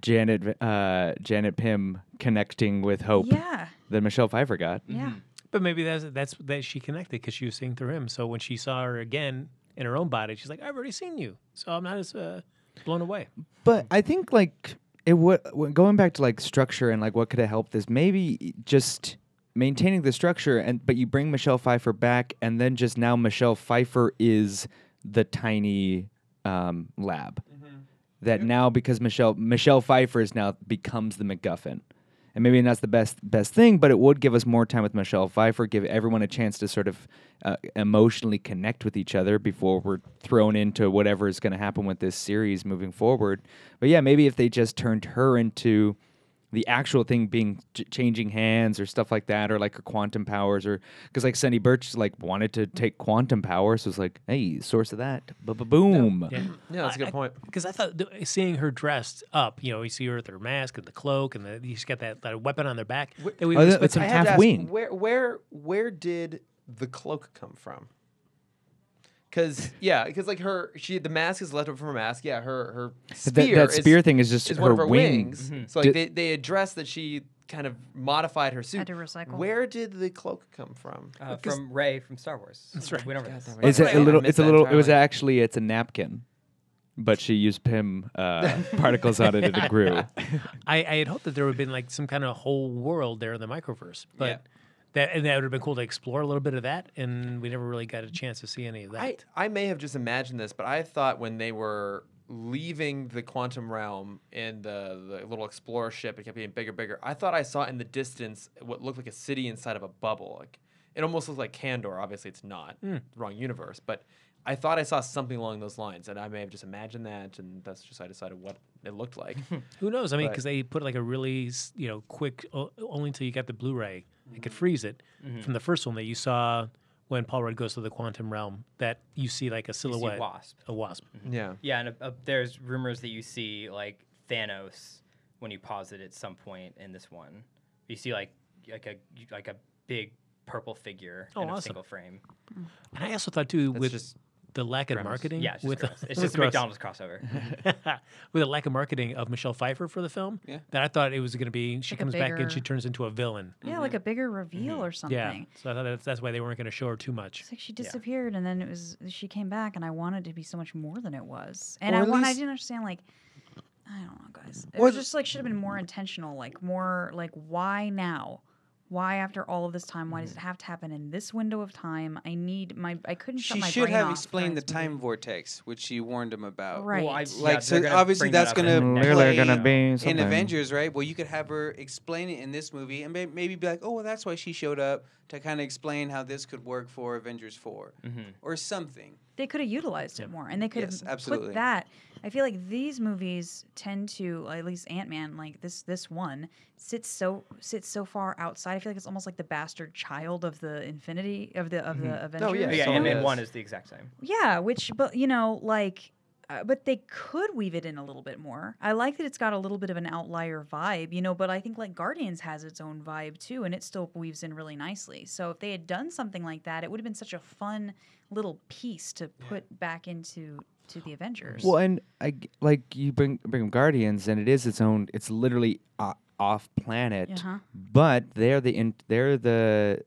F: Janet uh, Janet Pym connecting with Hope
C: Yeah.
F: than Michelle Pfeiffer got.
C: Yeah.
E: But maybe that's that's that she connected because she was seeing through him. So when she saw her again in her own body, she's like, "I've already seen you, so I'm not as uh, blown away."
F: But I think like it would going back to like structure and like what could have helped this maybe just maintaining the structure and but you bring Michelle Pfeiffer back and then just now Michelle Pfeiffer is the tiny um, lab that now because Michelle Michelle Pfeiffer is now becomes the MacGuffin. And maybe that's the best best thing, but it would give us more time with Michelle Pfeiffer, give everyone a chance to sort of uh, emotionally connect with each other before we're thrown into whatever is going to happen with this series moving forward. But yeah, maybe if they just turned her into the actual thing being ch- changing hands or stuff like that, or like her quantum powers, or because like Sunny Birch like wanted to take quantum powers, was like, hey, source of that, boom.
E: Yeah.
A: Yeah, that's a good point.
E: Because I thought th- seeing her dressed up, you know, you see her with her mask and the cloak, and the, she's got that, that weapon on their back. That we
F: Oh,
E: would expect
F: that- that's
E: some
F: a
A: I
E: ta-
A: had to
F: half
A: ask,
F: wing.
A: Where where where did the cloak come from? Because yeah, because like her, she the mask is left over from her mask. Yeah, her her
F: That,
A: spear
F: that spear
A: is,
F: thing is just
A: is
F: her
A: one of her
F: wing. Mm-hmm.
A: wings. So like
F: Did-
A: they they address that she kind of modified her suit.
C: to recycle.
A: Where did the cloak come from?
B: Uh, from Ray from Star Wars. That's right. We don't
A: God, that
F: It's
A: was-
F: a, a
A: I
F: little.
A: missed
F: It's a
A: that
F: little. It was
A: entirely.
F: actually. It's a napkin, but she used Pym
A: [laughs]
F: uh, particles on it and it grew.
E: I, I had hoped that there would have been like some kind of whole world there in the microverse, but that and that would have been cool to explore a little bit of that, and we never really got a chance to see any of that.
A: I, I may have just imagined this, but I thought when they were leaving the quantum realm in the, the little explorer ship, it kept getting bigger, bigger. I thought I saw in the distance what looked like a city inside of a bubble. Like it almost looked like Candor. Obviously, it's not
E: Hmm.
A: wrong universe, but I thought I saw something along those lines, and I may have just imagined that, and that's just I decided what it looked
E: [laughs]
A: like.
E: Who knows? I mean,
A: But-
E: because they put like a really, s- you know, quick, o- only until you got the Blu-ray, they could freeze it from the first one that you saw when Paul Rudd goes to the quantum realm. That you see like a silhouette,
B: Wasp.
E: a wasp.
A: yeah.
B: Yeah, and uh, uh, there's rumors that you see like Thanos when you pause it at some point in this one. You see like like a like a big purple figure
E: Oh,
B: in a
E: awesome.
B: single frame.
E: And I also thought too
A: That's
E: with
A: just
E: the lack of
A: gross.
E: marketing.
B: Yeah, it's just
E: [laughs] with
B: gross. it's just a
E: gross.
B: McDonald's
E: [laughs]
B: crossover.
E: with the lack of marketing of Michelle Pfeiffer for the film.
D: Yeah.
E: That I thought it was going to be she
C: Like a
E: comes back and she
C: bigger-
E: turns into a villain.
C: Yeah,
D: Mm-hmm.
C: like a bigger reveal or something.
E: Yeah. So I thought that's, that's why they weren't going to show her too much.
C: It's like she disappeared, and then it was she came back, and I wanted to be so much more than it was, and
D: Or
C: I
D: at
C: want I
D: least-
C: didn't understand like. I don't know, guys. It
D: Or
C: was
D: the-
C: just like should have been more intentional, like more like why now? Why after all of this time? Why does
D: Mm-hmm.
C: it have to happen in this window of time? I need my I couldn't shut
D: She
C: my
D: should
C: brain
D: have
C: off
D: explained the
C: during this
D: uh, time
C: movie.
D: vortex, which she warned him about.
C: Right.
B: Well, I-
D: Like,
B: yeah,
D: so
B: they're gonna
D: obviously
B: bring that
D: that's
B: up in
D: gonna
B: the next
F: Literally
B: one.
D: play
F: gonna be
D: in
F: something.
D: Avengers, right? Well, you could have her explain it in this movie, and may- maybe be like, "Oh, well, that's why she showed up to kind of explain how this could work for Avengers 4 or something."
C: They could have utilized it more, and they could
D: Yes,
C: have put
D: absolutely.
C: that. I feel like these movies tend to, at least Ant Man, like this this one sits so sits so far outside. I feel like it's almost like the bastard child of the Infinity of the of the Avengers.
B: But
A: Yeah,
B: yeah,
A: so
B: and
A: it
B: then
A: is.
B: one is the exact same.
C: Yeah, which, but you know, like, uh, but they could weave it in a little bit more. I like that it's got a little bit of an outlier vibe, you know, but I think like Guardians has its own vibe too, and it still weaves in really nicely. So if they had done something like that, it would have been such a fun little piece to put back into to the Avengers.
F: Well, and I g- like you bring bring up Guardians, and it is its own. It's literally o off planet,
C: Uh-huh.
F: but they're the in, they're the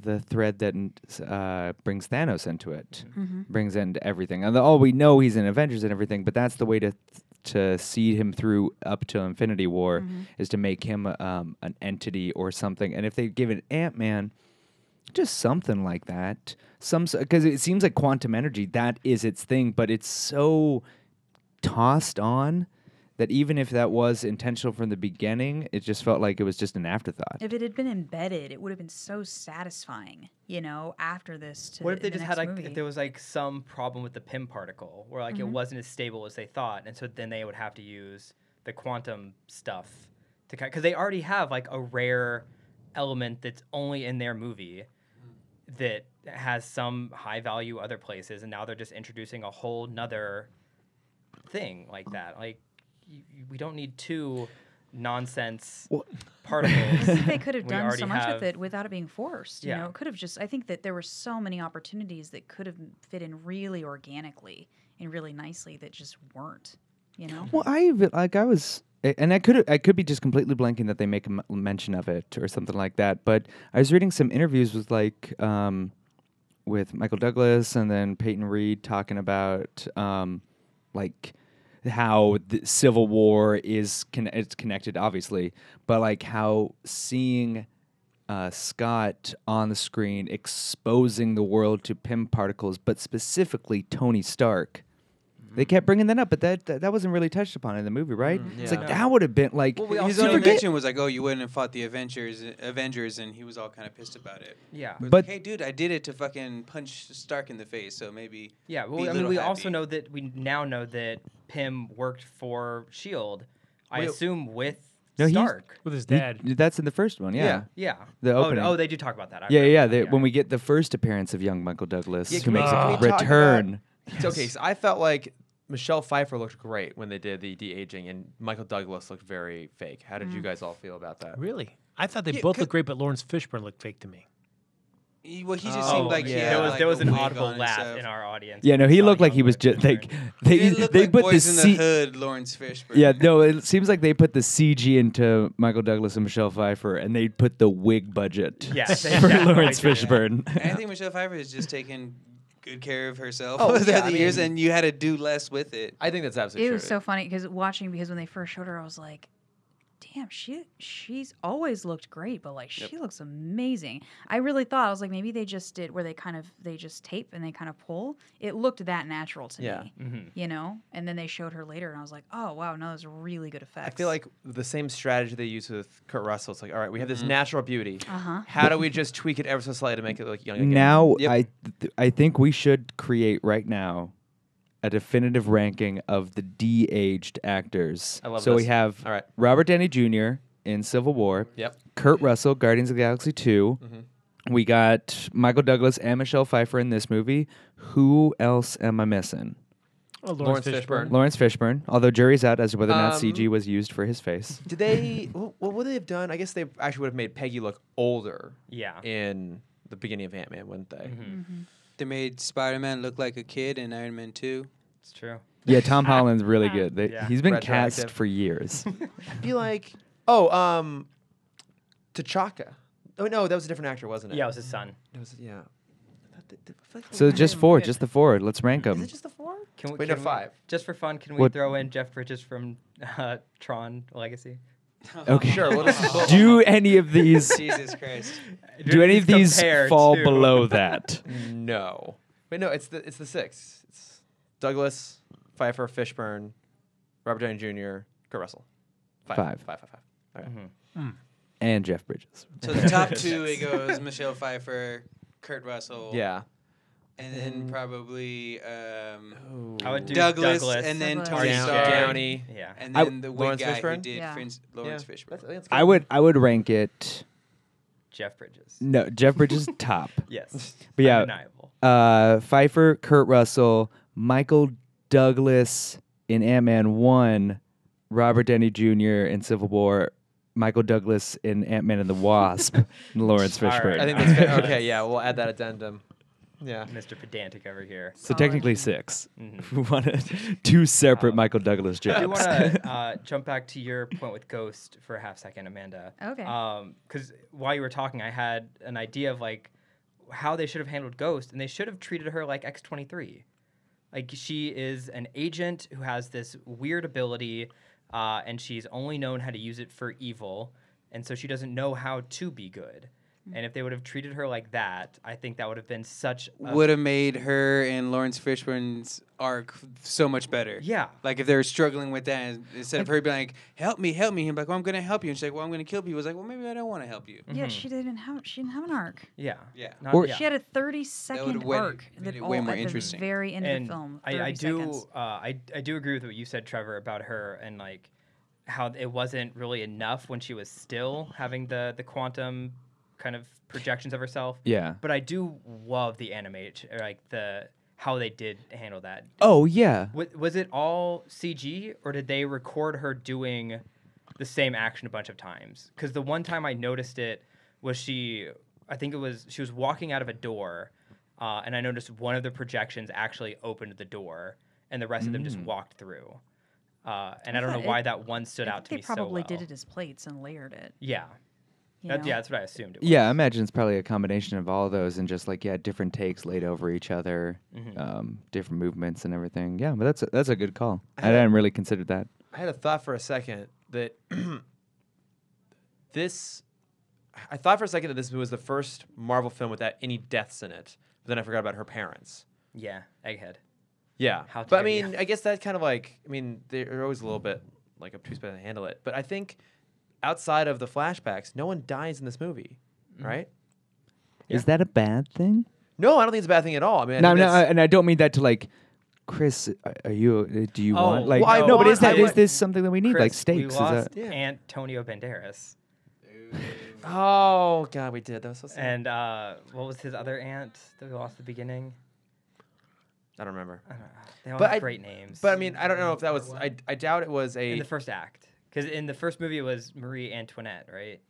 F: the thread that n- s- uh, brings Thanos into it, brings into everything. And all we know he's in Avengers and everything, but that's the way to to seed him through up to Infinity War is to make him um, an entity or something. And if they give it Ant Man, just something like that some because it seems like quantum energy that is its thing but it's so tossed on that even if that was intentional from the beginning it just felt like it was just an afterthought
C: if it had been embedded, it would have been so satisfying, you know, after this. To
B: What if they
C: the
B: just
C: next
B: had like
C: movie. Mm-hmm.
B: if there was like some problem with the PIM particle where like it wasn't as stable as they thought, and so then they would have to use the quantum stuff to kind because they already have like a rare element that's only in their movie that has some high value other places, and now they're just introducing a whole nother thing like that. Like y y- we don't need two nonsense particles.
C: I think [laughs] they could have
B: We
C: done
B: already
C: so much
B: have-
C: with it without it being forced. You
B: Yeah.
C: know, it could have just. I think that there were so many opportunities that could have fit in really organically and really nicely that just weren't. You know,
F: well i even like i was a- and i could i could be just completely blanking that they make a m- mention of it or something like that but i was reading some interviews with like um with michael douglas and then peyton reed talking about um like how the civil war is con- it's connected obviously but like how seeing uh, Scott on the screen exposing the world to Pym particles, but specifically Tony Stark. They kept bringing that up, but that that, that wasn't really touched upon in the movie, right? It's like
D: Yeah.
F: that would have been like
A: Mm-hmm. Well, we
F: you
D: His
A: also
D: only
F: forget-
D: mention was like, "Oh, you wouldn't have fought the Avengers, Avengers," and he was all kind of pissed about it.
B: yeah.
D: But,
F: But-
D: hey, dude, I did it to fucking punch Stark in the face, so maybe.
B: Yeah,
D: be
B: well,
D: a
B: I mean,
D: little
B: we also
D: happy.
B: know that we now know that Pym worked for Shield. I
A: Wait.
B: assume with
F: No, he's-
B: Stark.
E: with his
F: You-
E: dad.
F: that's in the first one, yeah.
D: Yeah.
B: Yeah.
F: The
B: oh,
F: opening.
B: oh, they do talk about that. I
F: Yeah, yeah.
B: remember that,
F: they- when we get the first appearance of young Michael Douglas,
A: Yeah,
F: who
A: can
F: makes
E: we-
F: a
E: can
A: we talk
F: return.
A: It's okay. So I felt like Michelle Pfeiffer looked great when they did the de aging, and Michael Douglas looked very fake. How did you
E: Hmm.
A: guys all feel about that?
E: Really? I thought they
D: Yeah,
E: both
D: could-
E: looked great, but Lawrence Fishburne looked fake to me.
D: He, well, he just
A: Oh,
D: seemed like he
A: yeah.
D: had,
B: There was
D: like,
B: there was
D: a
B: an
D: wig
B: audible
D: on and
B: laugh
D: stuff.
B: in our audience.
F: Yeah,
B: when
F: no,
B: we
F: he
B: saw
F: looked like
B: young
F: he was
B: Lawrence
F: just like
B: Fishburne.
F: they
D: He looked
F: they
D: like
F: put
D: Boys
F: the
D: in
F: C-
D: the Hood, Lawrence Fishburne.
F: Yeah, no, [laughs] it seems like they put the CG into Michael Douglas and Michelle Pfeiffer, and they put the wig budget
B: Yeah,
F: [laughs] for
B: they definitely
F: Lawrence
B: did.
F: Fishburne.
D: [laughs] And I think Michelle Pfeiffer has just taken good care of herself
A: Oh,
D: over
A: yeah,
D: the
A: I
D: years,
A: mean-
D: and you had to do less with it.
A: I think that's absolutely
C: it
A: true.
C: was so funny because watching because when they first showed her, I was like, "Damn, she she's always looked great, but like she looks amazing." I really thought I was like, maybe they just did where they kind of they just tape and they kind of pull. It looked that natural to
A: Yeah.
C: me,
B: Mm-hmm.
C: you know. And then they showed her later, and I was like, "Oh wow, no, those are really good
A: I
C: effects."
A: feel like the same strategy they use with Kurt Russell. It's like, all right, we have this natural beauty.
C: Uh-huh.
A: How do we just tweak it ever so slightly to make it look young again?
F: Now,
D: Yep.
F: I th- I think we should create right now a definitive ranking of the de-aged actors.
A: I love
F: so we
A: this.
F: have
A: All right.
F: Robert Downey Jr. in Civil War.
A: Yep. Mm-hmm.
F: Kurt Russell, Guardians of the Galaxy 2. We got Michael Douglas and Michelle Pfeiffer in this movie. Who else am I missing?
E: Oh,
A: Lawrence Fishburne.
F: Lawrence Fishburne, although jury's out as to whether or not
A: Um,
F: CG was used for his face.
A: Did they? What would they have done? I guess they actually would have made Peggy look older.
B: Yeah.
A: In the beginning of Ant Man, wouldn't they?
C: Mm-hmm.
D: They made Spider Man look like a kid in Iron Man 2.
B: It's true.
A: [laughs]
F: Yeah, Tom Holland's really good. They,
B: Yeah.
F: He's been
A: Retroactive.
F: cast
A: [laughs]
F: for years.
A: I'd be like, oh, um, T'Chaka. Oh no, that was a different actor, wasn't it?
B: Yeah, it was his son.
A: It was- yeah. I thought that- that- I feel like
F: so
A: they
F: just
A: made
F: four,
A: it-
F: just the four. Let's rank
A: Is
F: them.
A: it just the four?
B: Can we,
A: Wait,
B: can
A: no,
B: we-
A: five.
B: just for fun, can we
F: What-
B: throw in Jeff Bridges from uh, Tron Legacy?
F: Okay.
A: Sure. We'll just,
F: Do any of
D: [laughs]
F: these
D: Jesus Christ.
F: do any of these
B: compare
F: fall
B: to-
F: below that?
A: no. Wait, no. It's the it's the six. It's Douglas, Pfeiffer, Fishburne, Robert Downey Jr., Kurt Russell.
F: Five.
A: Five. Five. Five. All right.
F: And Jeff Bridges.
D: So the top two, it goes Michelle Pfeiffer, Kurt Russell,
A: Yeah.
D: and
B: Mm.
D: then probably um,
B: I would do
D: Douglas,
B: Oh. Douglas,
D: and then
C: Douglas.
D: Tony
A: Down-
D: Stark,
A: Downey.
B: yeah.
D: and
F: I-
D: then the
A: Lawrence
D: weird guy who
A: Fishburne?
D: did
C: Yeah.
D: Friends, Lawrence
A: Yeah,
D: Fishburne.
A: that's- that's
F: I
A: good.
F: would I would rank it.
B: Jeff Bridges.
F: No, Jeff Bridges [laughs] top.
B: Yes.
F: But yeah.
B: Undeniable.
F: Uh, Pfeiffer, Kurt Russell, Michael Douglas in Ant Man One, Robert Denny Jr. in Civil War, Michael Douglas in Ant Man and the [laughs] Wasp, and Lawrence
B: All right.
F: Fishburne.
A: I think that's good. Okay, yeah, we'll add that addendum. Yeah.
B: Mr. Pedantic over here.
F: [laughs] So technically six.
B: Mhm.
F: [laughs] We wanted two separate Michael Douglas
B: I
F: jobs.
B: do want
C: [laughs]
B: to uh, jump back to your point with Ghost for a half second, Amanda.
C: Okay.
B: Because while you were talking, I had an idea of like how they should have handled Ghost, and they should have treated her like X twenty three. Like she is an agent who has this weird ability, uh, and she's only known how to use it for evil, and so she doesn't know how to be good.
C: Mm.
B: And if they would have treated her like that, I think that would have been such a
D: Would have made her and Lawrence Fishburne's arc so much better.
B: yeah.
D: Like if they were struggling with that, and instead of her being like, "Help me, help me," him like, "Well, I'm gonna help you," and she's like, "Well, I'm gonna kill people." It's like, "Well, maybe I don't want to help you."
C: Yeah, she didn't have she didn't have an arc.
B: Yeah.
D: Yeah.
B: Not-
F: Or-
B: Mm-hmm. yeah.
C: She had a thirty second
D: way-
C: arc
D: made
C: that
D: it
C: all
D: way more
C: at
D: interesting.
C: the very end of
B: and
C: the film.
B: I, I
C: 30
B: do
C: seconds.
B: uh, I, I do agree with what you said, Trevor, about her and like how it wasn't really enough when she was still having the the quantum kind of projections of herself.
F: Yeah.
B: But I do love the animate or, like the how they did handle that.
F: oh yeah.
B: Was, was it all CG or did they record her doing the same action a bunch of times? Because the one time I noticed it was she, I think it was, she was walking out of a door uh, and I noticed one of the projections actually opened the door and the rest of them just
F: Mm.
B: walked through. Uh, and I, don't know
C: thought
B: why
C: it-
B: that one stood
C: I
B: out
C: think
B: to
C: they
B: me so
C: probably
B: well.
C: did it as plates and layered it.
B: Yeah.
C: you
B: That,
C: know?
B: yeah, that's what I assumed it was.
F: Yeah, I imagine it's probably a combination of all those and just like yeah, different takes laid over each other,
A: Mm-hmm.
F: um, different movements and everything. Yeah, but that's a, that's a good call. I hadn't really considered that.
A: I had a thought for a second that [clears throat] this. I thought for a second that this was the first Marvel film without any deaths in it, but then I forgot about her parents.
B: Yeah, Egghead.
A: Yeah.
B: How
A: but I
B: dare you.
A: mean, I guess that kind of like, I mean, they're always a little bit like obtuse about how to handle it. But I think outside of the flashbacks, no one dies in this movie,
B: Mm-hmm.
A: right?
F: Is that a bad thing?
A: No, I don't think it's a bad thing at all. I mean, I
F: No,
A: think
F: no,
A: that's-
F: I- and I don't mean that to like, Chris. a- Are you? uh, Do you
B: Oh,
F: want like?
A: well, I
F: no, but is
A: want-
F: that
A: I
F: is
A: want-
F: this something that we need? like
B: Chris,
F: stakes?
B: We lost
F: is that,
A: Yeah.
B: Antonio Banderas.
A: oh, God, we did. That was so sad.
B: And uh, what was his other aunt that we lost at the beginning?
A: I don't remember.
B: I don't know. They all
A: But
B: have
A: I-
B: great names.
A: But I mean, I don't know if that was, I, I doubt it was
B: in
A: a.
B: the first act, because in the first movie it was Marie Antoinette, right?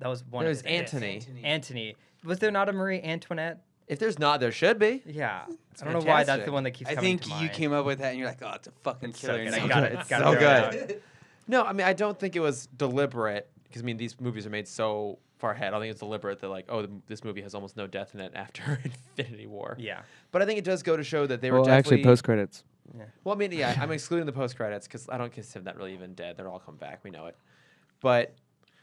B: That was one.
A: It
B: of
A: was
B: his names.
A: Antony.
B: Antony. Was there not a Marie Antoinette?
A: If there's not, there should be.
B: Yeah. I don't know why that's
A: fantastic.
B: the one that keeps
D: I
B: coming
D: think
B: to
D: you
B: mind.
D: came up with that, and you're like, "Oh, it's a fucking
B: So
D: killer."
B: good. I
D: name."
B: got it.
A: It's
B: Gotta
A: so
B: throw it
A: good.
B: out. [laughs]
A: No, I mean, I don't think it was deliberate because I mean, these movies are made so far ahead. I don't think it's deliberate that like, oh, the, this movie has almost no death in it after [laughs] Infinity War.
B: Yeah.
A: but I think it does go to show that they were
F: well, actually,
A: definitely.
F: post credits.
A: well, I mean, yeah, [laughs] I'm excluding the post credits because I don't consider that really even dead. They're all come back. We know it, but.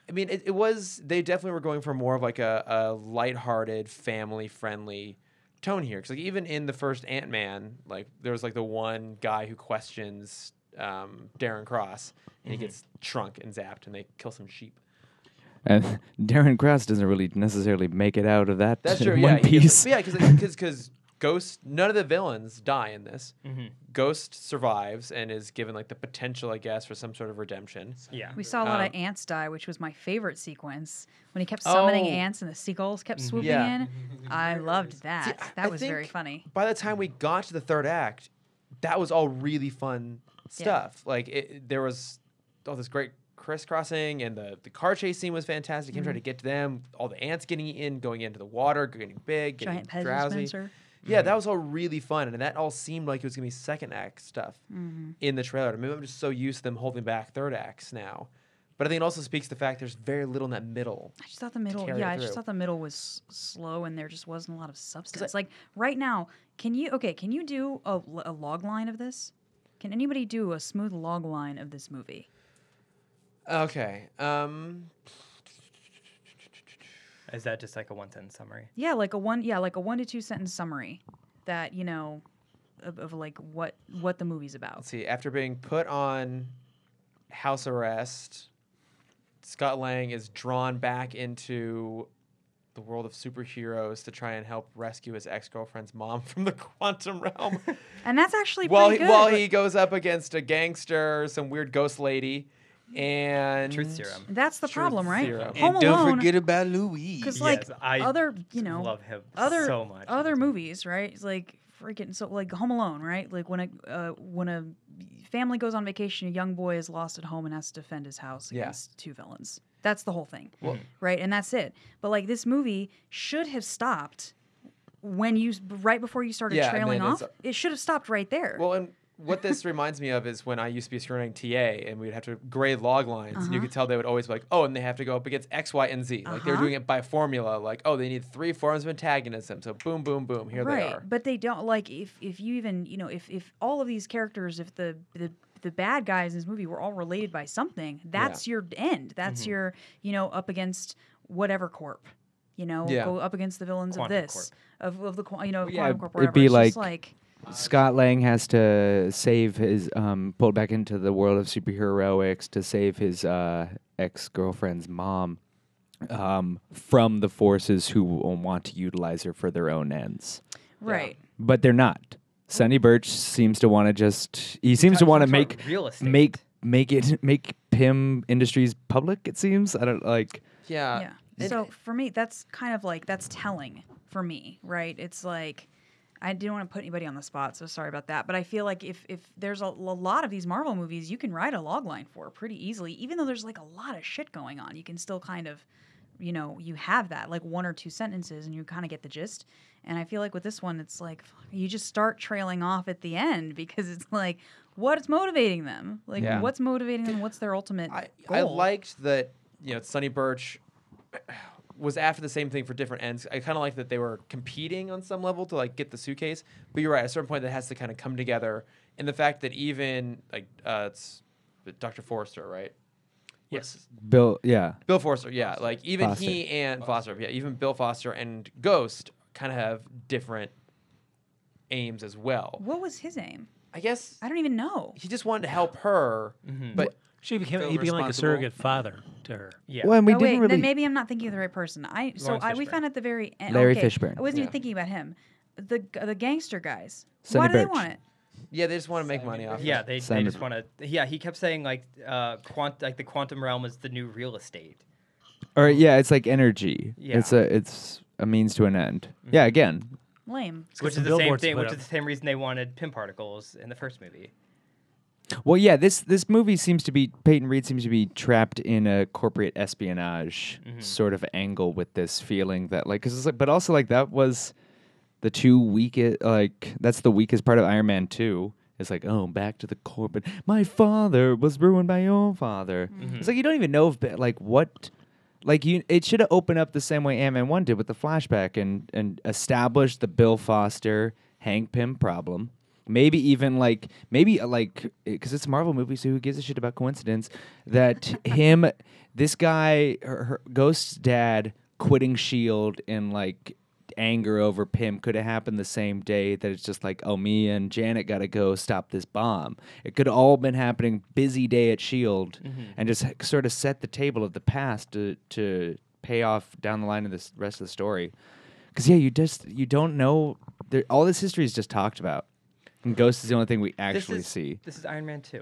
A: I mean, it, it was, they definitely were going for more of like a, a lighthearted, family friendly tone here. Cause like even in the first Ant Man, like there was like the one guy who questions um, Darren Cross and he gets shrunk and zapped and they kill some sheep.
F: And [laughs] Darren Cross doesn't really necessarily make it out of
A: [laughs]
F: that. [laughs]
A: That's true. yeah,
F: one piece.
A: yeah, [laughs] because because Ghost, none of the villains die in this. Ghost survives and is given like the potential, I guess, for some sort of redemption.
B: Yeah.
C: We saw a
B: Um,
C: lot of ants die, which was my favorite sequence when he kept summoning
A: Oh.
C: ants and the seagulls kept
B: Mm-hmm.
C: swooping
A: Yeah.
C: in. I loved that. that
A: I
C: was very
A: think
C: funny.
A: By the time we got to the third act, that was all really fun stuff. Like it, there was all this great crisscrossing, and the the car chase scene was fantastic. Him trying
C: Mm-hmm.
A: to get to them, all the ants getting eaten, going into the water, getting big, getting
C: Giant Pez
A: drowsy.
C: dispenser.
A: Yeah, that was all really fun, and that all seemed like it was gonna be second act stuff
C: Mm-hmm.
A: in the trailer. I mean, I'm just so used to them holding back third acts now, but I think it also speaks to the fact there's very little in that middle.
C: I just thought the middle.
A: carry
C: Yeah,
A: it
C: I just
A: through.
C: thought the middle was s- slow, and there just wasn't a lot of substance. Like right now, can you? Okay, can you do a, l- a log line of this? Can anybody do a smooth log line of this movie?
A: Okay, um,
B: Is that just like a one sentence summary?
C: Yeah, like a one. Yeah, like a one to two sentence summary that you know of, of like what what the movie's about.
A: let's see. After being put on house arrest, Scott Lang is drawn back into the world of superheroes to try and help rescue his ex girlfriend's mom [laughs] from the quantum realm.
C: and that's actually
A: while he,
C: pretty good.
A: while he goes up against a gangster, some weird ghost lady, and
B: Truth serum.
C: that's the
A: Truth
C: problem, right?
A: serum. And
C: Home
D: and don't
C: Alone,
D: forget about Louis.
C: because
B: Yes,
C: like
B: I
C: other, you know,
B: love him
C: other
B: so much.
C: other movies, right? It's like freaking so like Home Alone, right? Like when a uh, when a family goes on vacation, a young boy is lost at home and has to defend his house
A: Yeah.
C: against two villains. That's the whole thing,
B: Mm-hmm.
C: right? And that's it. But like this movie should have stopped when you s- right before you started
A: Yeah, and
C: trailing
A: then
C: off.
A: it's-
C: It should have stopped right there.
A: Well, and what this reminds me of is when I used to be a screenwriting TA and we'd have to grade log lines, and you could tell they would always be like, oh, and they have to go up against X, Y, and Z. Like they were
C: Uh-huh.
A: doing it by formula, like, oh, they need three forms of antagonism. So boom, boom, boom, here
C: right,
A: they are.
C: but they don't like if if you even you know if if all of these characters if the the the bad guys in this movie were all related by something. That's your end. That's your you know up against whatever corp. You know,
A: Yeah.
C: go up against the villains
B: Quantum
C: of this of of the qua- you know
F: yeah,
C: quantum corp.
F: it'd
C: Whatever.
F: be
C: it's just
F: like-
C: like
F: Scott Lang has to save his um pulled back into the world of superheroics to save his uh ex-girlfriend's mom um from the forces who will want to utilize her for their own ends.
C: right.
F: But they're not. Sonny Birch seems to want to just he seems to
B: Talk-
F: want to
B: talk
F: make
B: about real estate.
F: make make it [laughs] make Pym Industries public it seems. I don't like
A: Yeah.
C: yeah. so for me, that's kind of like that's telling for me, right? It's like I didn't want to put anybody on the spot, so sorry about that. But I feel like if if there's a, a lot of these Marvel movies, you can ride a log line for pretty easily, even though there's like a lot of shit going on. You can still kind of, you know, you have that like one or two sentences, and you kind of get the gist. And I feel like with this one, it's like fuck, you just start trailing off at the end [laughs] because it's like what's motivating them, like
A: Yeah.
C: what's motivating them, what's their ultimate
A: I,
C: goal.
A: I liked that, you know, Sonny Birch [sighs] was after the same thing for different ends. I kind of like that they were competing on some level to like get the suitcase. But you're right, at a certain point that has to kind of come together. And the fact that even like uh, it's Dr. Forrester, right? Yes,
F: Bill yeah.
A: Bill Forster, yeah. Like even
F: Foster.
A: he and Foster. yeah, even Bill Foster and Ghost kind of have different aims as well.
C: what was his aim?
A: I guess
C: I don't even know.
A: he just wanted to help her,
B: Mm-hmm.
A: but
E: She became
D: Feel
E: he became like a
D: responsible.
E: surrogate father to her.
B: Yeah.
F: Well, and we
C: oh,
F: didn't
C: wait,
F: really
C: then maybe I'm not thinking of the right person. I so
B: Lawrence
C: I, we
B: Fishburne.
C: found at the very end.
F: Larry
C: okay,
F: Fishburne.
C: I wasn't
A: Yeah.
C: even thinking about him. The the gangster guys.
F: Sonny
C: Why do they
F: Birch.
C: want it?
A: yeah, they just want to make money off.
B: Yeah,
A: it.
B: they, they
F: Sandra-
B: just want to. Yeah, he kept saying like, uh, quant like the quantum realm is the new real estate.
F: Or yeah, it's like energy.
B: Yeah. Mm-hmm.
F: It's a it's a means to an end. Yeah, again.
C: Lame.
B: which
E: some
B: is the same
E: billboards to
B: thing.
E: put
B: Which
E: up.
B: is the same reason they wanted pin particles in the first movie.
F: Well, yeah, this this movie seems to be Peyton Reed seems to be trapped in a corporate espionage sort of angle with this feeling that like 'cause it's like but also like that was the two weakest like that's the weakest part of Iron Man 2. It's like, oh, back to the corporate. My father was ruined by your father. It's like you don't even know if like what like you it should have opened up the same way Ant Man one did with the flashback and and established the Bill Foster Hank Pym problem. Maybe even like maybe uh, like because it's a Marvel movie, so who gives a shit about coincidence? That him, this guy, her, her Ghost's dad quitting Shield and like anger over Pym could have happened the same day that it's just like, oh, me and Janet got to go stop this bomb. It could have all been happening busy day at S.H.I.E.L.D. E and just h- sort of set the table of the past to, to pay off down the line of this rest of the story. Because, yeah, you just, you don't know. There, all this history is just talked about. And Ghost is the only thing we actually
B: this is,
F: see.
B: This is Iron Man two.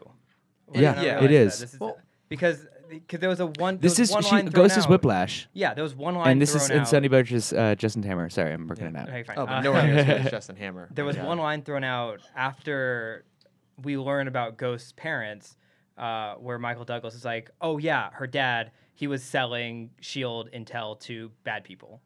F: Yeah,
B: I did not
A: yeah, it
B: realize that.
F: is.
B: This is
A: Well-
B: because because there was a one.
F: This
B: there was
F: is,
B: one
F: she,
B: line thrown
F: Ghost is
B: out.
F: Whiplash.
B: Yeah, there was one line.
F: And this is,
B: thrown
F: and
B: out.
F: Sonny Birch is uh, Justin Hammer. Sorry, I'm working it out.
B: Okay, fine.
A: Oh, but
B: Uh,
A: no one here is good as Justin Hammer.
B: [laughs] There was
A: Yeah.
B: one line thrown out after we learn about Ghost's parents, uh, where Michael Douglas is like, "Oh yeah, her dad, he was selling Shield E intel to bad people,"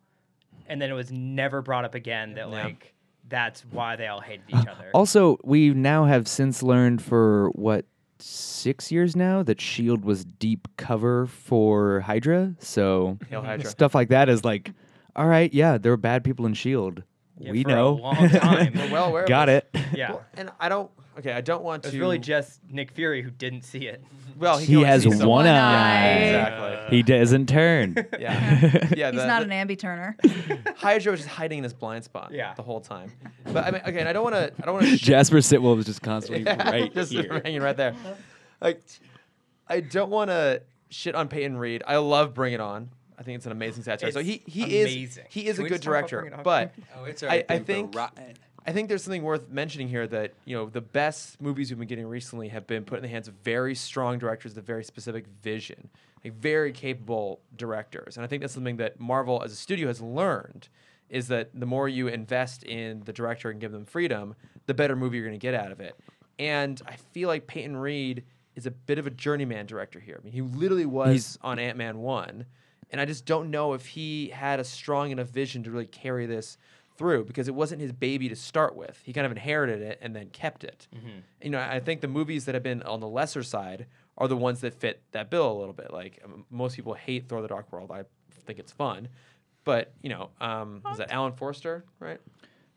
B: and then it was never brought up again that like that's why they all hated each other.
F: Uh, Also, we now have since learned for what six years now that Shield E was deep cover for Hydra. So
A: Hail Hydra.
F: stuff like that is like, all right, yeah, there were bad people in Shield.
B: Yeah,
F: E we
B: for
F: know.
B: A long time.
A: We're well
F: [laughs]
A: aware. of
F: Got
A: this.
F: it.
B: yeah.
A: Well, and I don't. Okay, I don't want
B: It was
A: to.
B: really just Nick Fury who didn't see it.
A: well, he, can
F: He
A: only
F: has
A: see so
F: one
A: much.
F: eye.
A: Exactly.
F: He
B: [laughs]
F: doesn't turn.
A: Yeah. yeah.
C: He's
A: the-
C: not
A: the-
C: an Ambi Turner.
A: Hydra was just hiding in his blind spot.
B: Yeah.
A: The whole time. But I mean, okay, and I don't want to. I don't want
F: [laughs]
A: to.
F: [laughs] Jasper Sitwell was
A: [laughs]
B: [laughs]
F: just constantly right
A: just
F: here.
A: hanging right there.
B: Uh-huh.
A: Like, I don't want to shit on Peyton Reed. I love Bring It On. I think it's an amazing satire. so
B: It's
A: he he
B: amazing.
A: is he is a
B: Can we
A: good
B: just talk about
A: director,
B: Bring It On? [laughs]
A: but
D: Oh, it's
A: I, I think I think there's something worth mentioning here that you know the best movies we've been getting recently have been put in the hands of very strong directors with a very specific vision, like very capable directors, and I think that's something that Marvel as a studio has learned is that the more you invest in the director and give them freedom, the better movie you're going to get out of it. And I feel like Peyton Reed is a bit of a journeyman director here. I mean, he literally was
F: He's-
A: on Ant Man one, and I just don't know if he had a strong enough vision to really carry this through because it wasn't his baby to start with. He kind of inherited it and then kept it.
F: Mm-hmm.
A: You know, I think the movies that have been on the lesser side are the ones that fit that bill a little bit. Like um, most people hate Thor: The Dark World. I think it's fun, but you know, um, is that Alan Forster, right?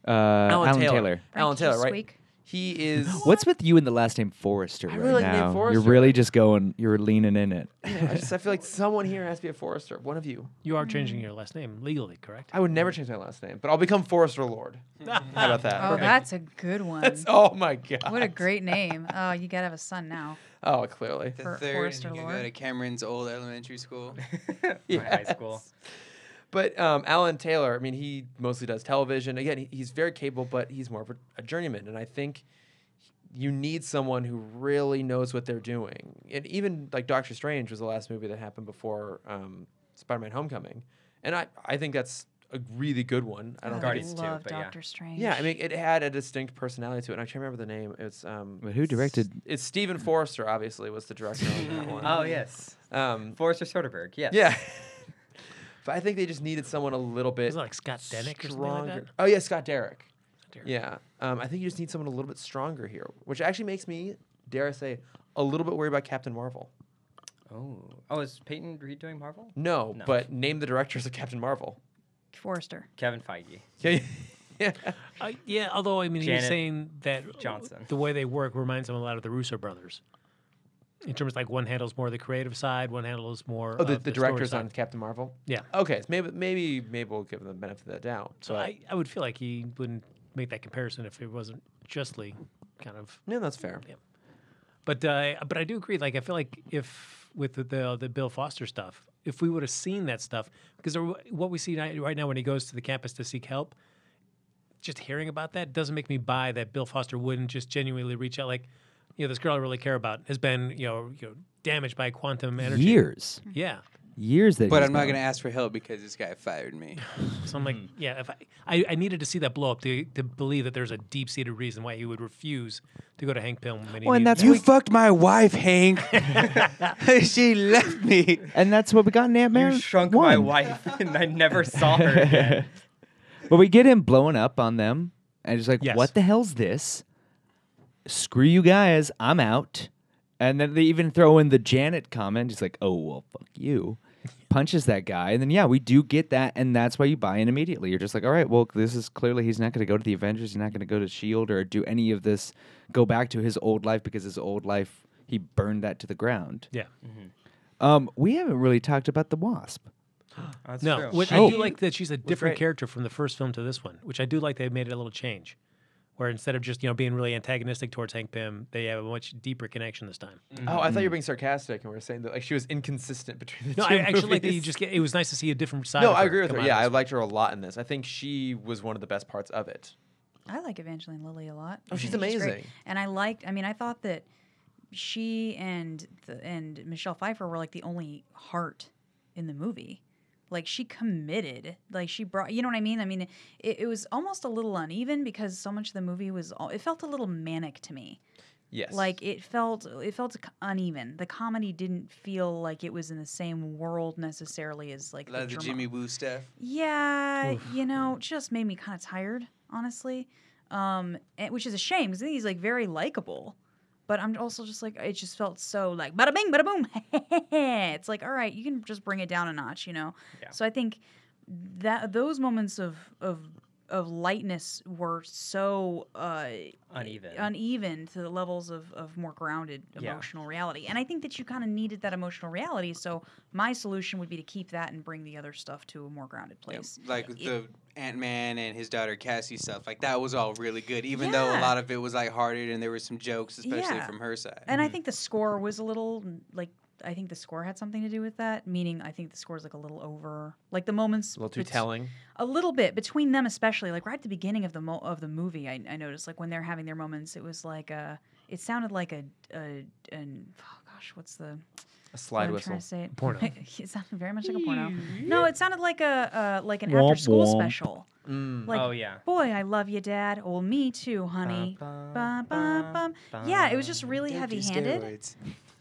F: Uh,
A: Oh,
F: Alan, Taylor.
A: Alan
C: Brunch
A: Taylor,
C: this
A: right?
C: week.
A: He
F: [laughs]
A: is.
F: What's with you and the last name Forrester
A: I
F: right
A: really like the name
F: now?
A: Forrester.
F: You're really just going. You're leaning in it.
A: [laughs] I just I feel like someone here has to be a Forrester. One of you.
E: You are changing your last name legally, correct?
A: I would never change my last name, but I'll become Forrester Lord. How about that?
C: Oh, that's a good one.
A: That's- [laughs] oh my god.
C: what a great name. Oh, you gotta have a son now.
A: Oh, clearly.
D: the
C: For
D: third, and
C: Forrester
D: you can go
C: Lord.
D: to Cameron's old elementary school.
B: [laughs] My high school.
A: But um, Alan Taylor, I mean, he mostly does television. Again, he- he's very capable, but he's more of a, a journeyman. And I think you need someone who really knows what they're doing. And even like Doctor Strange was the last movie that happened before um, Spider-Man: Homecoming, and I I think that's a really good one. I don't.
C: Oh, I
A: think
B: Guardians too,
C: love
B: but yeah.
C: Doctor Strange.
A: Yeah, I mean, it had a distinct personality to it. And I can't remember the name. It's um.
F: But who directed-
A: s- It's Stephen Forrester, obviously, was the director on
B: [laughs]
A: that one.
B: Oh yes,
A: Um,
B: Forrester Soderbergh. Yes.
A: yeah. [laughs] but I think they just needed someone a little bit
E: Is it like Scott Denick or something like that?
A: Oh yeah, Scott Derrick.
E: Derrick.
A: Yeah, um, I think you just need someone a little bit stronger here, which actually makes me, dare I say, a little bit worried about Captain Marvel.
B: Oh. Oh, is Peyton Reed doing Marvel?
A: No,
B: No.
A: but name the directors of Captain
E: [laughs]
A: Marvel.
C: Forrester.
B: Kevin Feige.
A: Yeah, yeah.
E: Uh, yeah, although I mean,
B: Janet
E: he's saying that
B: Johnson.
E: the way they work reminds him a lot of the Russo brothers. In terms of like one handles more the creative side, one handles more
A: Oh, the,
E: of
A: the
E: story
A: directors
E: side.
A: on Captain Marvel.
E: Yeah,
A: Okay, so maybe maybe maybe we'll give them the benefit of the doubt.
E: so
A: but-
E: I, I would feel like he wouldn't make that comparison if it wasn't justly kind of.
A: no, that's fair.
E: But uh, but I do agree. Like I feel like if with the the, Bill Foster stuff, if we would have seen that stuff, because there, what we see ni- right now when he goes to the campus to seek help, just hearing about that doesn't make me buy that Bill Foster wouldn't just genuinely reach out. Like, you know, this girl I really care about has been you know you know damaged by quantum energy.
F: Years,
E: Yeah.
F: years that.
D: But
F: he's
D: I'm not
F: gone.
D: gonna ask for help because this guy
B: [laughs]
D: fired me.
E: So I'm like, yeah. If I, I I needed to see that blow up to to believe that there's a deep seated reason why he would refuse to go to Hank Pym. When
A: Oh,
E: he
F: Well, and
E: needs
F: that's
E: him.
D: You fucked my
B: [laughs]
D: wife, Hank. [laughs] she left me.
F: And that's what we got in Ant Man.
B: You shrunk my
F: One.
B: wife, and I [laughs] never saw her again.
F: But we get him blowing up on them, and he's like,
E: Yes.
F: "What the hell's this? Screw you guys, I'm out." And then they even throw in the Janet comment. He's like, "Oh well, fuck you." Punches that guy, and then yeah, we do get that, and that's why you buy in immediately. You're just like, "All right, well, this is clearly he's not going to go to the Avengers. He's not going to go to Shield E or do any of this. Go back to his old life because his old life he burned that to the ground."
E: yeah.
F: Um, we haven't really talked about the Wasp.
B: That's
E: No,
B: true.
E: which I
F: Oh.
E: do like that she's a different
A: great.
E: character from the first film to this one, which I do like they made it a little change, where instead of just you know being really antagonistic towards Hank Pym, they have a much deeper connection this time.
A: Oh, I thought you were being sarcastic and we were saying that like she was inconsistent between the
E: No,
A: two.
E: I actually like that you
A: movies.
E: just get. It was nice to see a different side.
A: No,
E: of
A: I
E: her
A: agree with
E: come
A: her.
E: out
A: Yeah, I
E: this
A: liked her a lot in this. I think she was one of the best parts of it.
C: I like Evangeline Lilly a lot.
A: Oh, she's
C: I think great.
A: amazing.
C: And I liked. I mean, I thought that she and the, and Michelle Pfeiffer were like the only heart in the movie. Like she committed. Like she brought. You know what I mean? I mean, it, it was almost a little uneven because so much of the movie was. all- It felt a little manic to me.
A: Yes.
C: Like it felt it felt c- uneven. The comedy didn't feel like it was in the same world necessarily as like
D: A lot of the
C: drama.
D: Jimmy Woo stuff.
C: Yeah, you know, just made me kind of tired, honestly. Um, and, which is a shame because he's like very likable, but I'm also just like it just felt so like bada bing, bada boom. [laughs] it's like all right, you can just bring it down a notch, you know.
B: Yeah.
C: So I think that those moments of of of lightness were so uh,
B: Uneven.
C: uneven to the levels of, of more grounded
B: Yeah.
C: emotional reality. And I think that you kind of needed that emotional reality. So my solution would be to keep that and bring the other stuff to a more grounded place.
A: Mm-hmm.
D: Like with the Ant Man and his daughter Cassie stuff. Like that was all really good, even though a
C: Yeah.
D: lot of it was lighthearted and there were some jokes, especially
C: Yeah.
D: from her side.
C: And I think the score was a little like I think the score had something to do with that. Meaning, I think the score's like a little over, like the moments
A: A little too
C: bet-
A: telling.
C: a little bit between them, especially like right at the beginning of the mo- of the movie. I, I noticed like when they're having their moments, it was like a, it sounded like a, a an oh gosh, what's the
A: A slide
C: I'm
A: whistle.
C: trying to say it. [laughs]
E: Porno.
C: it sounded very much like a porno. No, it sounded like a uh, like an
F: Womp
C: after school
F: womp.
C: special. Like,
B: oh yeah.
C: boy, I love you, Dad. Oh, me too, honey.
B: Bum,
C: Bum,
B: bum,
C: bum,
B: bum.
C: bum. Yeah, it was just really
D: Thank you,
C: heavy-handed.
D: steroids.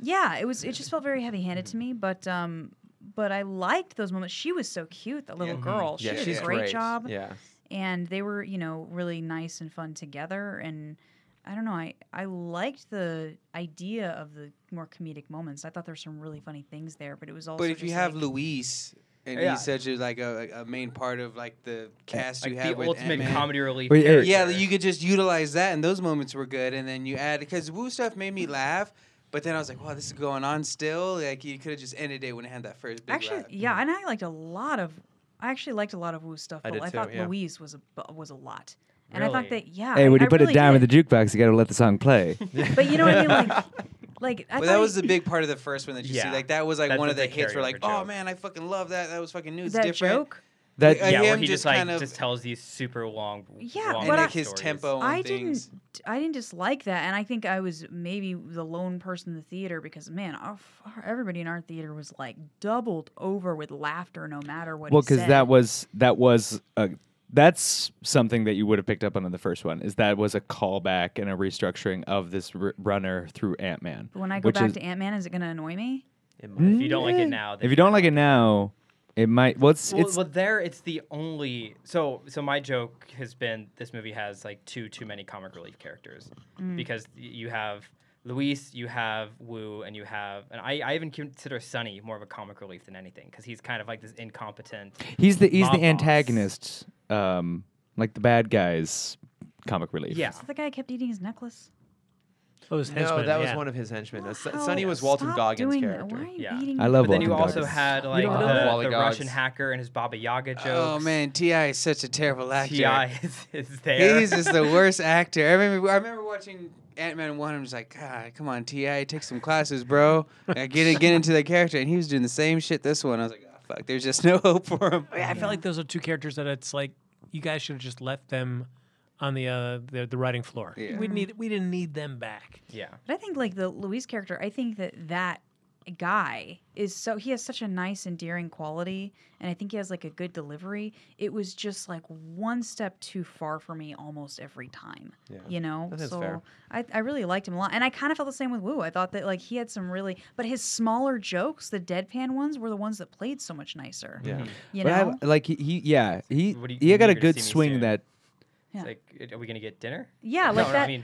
C: Yeah, it was. It just felt very heavy-handed to me, but um, but I liked those moments. She was so cute, the little
D: Yeah.
C: girl. She
A: Yeah,
C: did
A: she's
C: a great, job,
A: Yeah.
C: and they were you know really nice and fun together. And I don't know, I I liked the idea of the more comedic moments. I thought there were some really funny things there, but it was also.
D: But if you
C: just
D: have
C: like-
D: Luis, and
B: Yeah.
D: he's such a like a, a main part of like the cast
B: Like
D: you have
B: the
D: with
B: ultimate
D: Ant-Man.
B: comedy relief.
F: Wait, Eric.
D: Yeah,
B: character.
D: you could just utilize that, and those moments were good. And then you add because Woo stuff made me laugh, but then I was like, wow, this is going on still. Like you could have just ended it when it had that first big
C: actually,
D: laugh.
C: yeah, and I liked a lot of. I actually liked a lot of Wu stuff,
A: I
C: but
A: did
C: I,
A: too,
C: thought
A: yeah.
C: Louise was a bu- was a lot, and I
B: Really?
C: thought that yeah.
F: Hey,
C: I-
F: when you
C: I
F: put
C: really
F: it down
C: did.
F: in the jukebox, you got to let the song play.
C: But you know what I mean, like,
F: [laughs]
C: like I
D: Well,
C: thought
D: that was
C: he-
D: the big part of the first one that you
B: Yeah.
D: see. Like that was like
B: That's
D: one
B: the
D: of the
B: big
D: hits. Where like,
B: carryover
D: oh
B: joke.
D: man, I fucking love that. That was fucking new. It's
C: that
D: different.
C: joke.
F: That
D: I-
B: yeah, where
D: him
B: he
D: just
B: just like
D: kind of-
B: just tells these super long,
C: Yeah,
B: long
D: And
C: but
D: like
C: I-
D: his
B: stories.
D: tempo. And
C: I
D: things.
C: didn't. I didn't dislike that, and I think I was maybe the lone person in the theater because man, our, our- everybody in our theater was like doubled over with laughter, no matter what.
F: well,
C: because
F: because that was that was a that's something that you would have picked up on in the first one. Is that was a callback and a restructuring of this r- runner through Ant Man.
C: But when I go back to Ant Man, is it going to annoy me?
A: It might-
B: Mm. If you don't like it now, then
F: if you don't like it now, it might. Well, it's
B: Well,
F: it's
B: well, there it's the only. So, so my joke has been this movie has like two too many comic relief characters because y- you have Luis, you have Wu, and you have, and I, I even consider Sonny more of a comic relief than anything because he's kind of like this incompetent.
F: he's the he's
B: mob
F: the
B: boss.
F: antagonist, um, like the bad guys, comic relief.
B: Yeah,
C: Is that the guy who kept eating his necklace?
E: Oh, his
A: No,
E: henchmen,
A: that was
E: yeah.
A: one of his henchmen. Uh, Son-
C: Oh,
A: Sonny was Walton
C: stop
A: Goggins'
C: doing that.
A: character.
C: Why are you
B: Yeah.
C: eating
F: I love
B: but then you
F: Walton
B: also
F: Goggins.
B: had like
A: don't know.
B: the, the
A: Wallygogs.
B: Russian hacker and his Baba Yaga jokes.
D: Oh man, Ti is such a terrible actor.
B: Ti [laughs] is, is there.
D: He's just the worst actor. I remember, I remember watching Ant Man one. I'm just like, God, come on, Ti, take some
B: [laughs]
D: classes, bro. I get it, get into the character, and he was doing the same shit. This one, I was like, oh, fuck, there's just [laughs] no hope for him.
E: I feel
A: Mm-hmm.
E: like those are two characters that it's like you guys should have just left them on the uh, the, the writing floor.
D: Yeah.
E: We need we didn't need them back.
B: yeah,
C: But I think like the Louise character, I think that that guy is so he has such a nice endearing quality and I think he has like a good delivery. It was just like one step too far for me almost every time.
A: Yeah.
C: You know?
A: That is
C: so
A: fair.
C: I, I really liked him a lot. And I kind of felt the same with Wu. I thought that like he had some really but his smaller jokes, the deadpan ones, were the ones that played so much nicer.
B: Mm-hmm.
A: Yeah.
C: You
F: But I-
C: know?
F: like he, he yeah he
B: What do you-
F: he
B: when
F: got
B: you
F: a
B: gonna
F: good
B: see me
F: swing
B: soon?
F: that
C: Yeah.
B: It's like, are we gonna get dinner?
C: Yeah,
B: No,
C: like
B: no, I
C: that-
B: mean,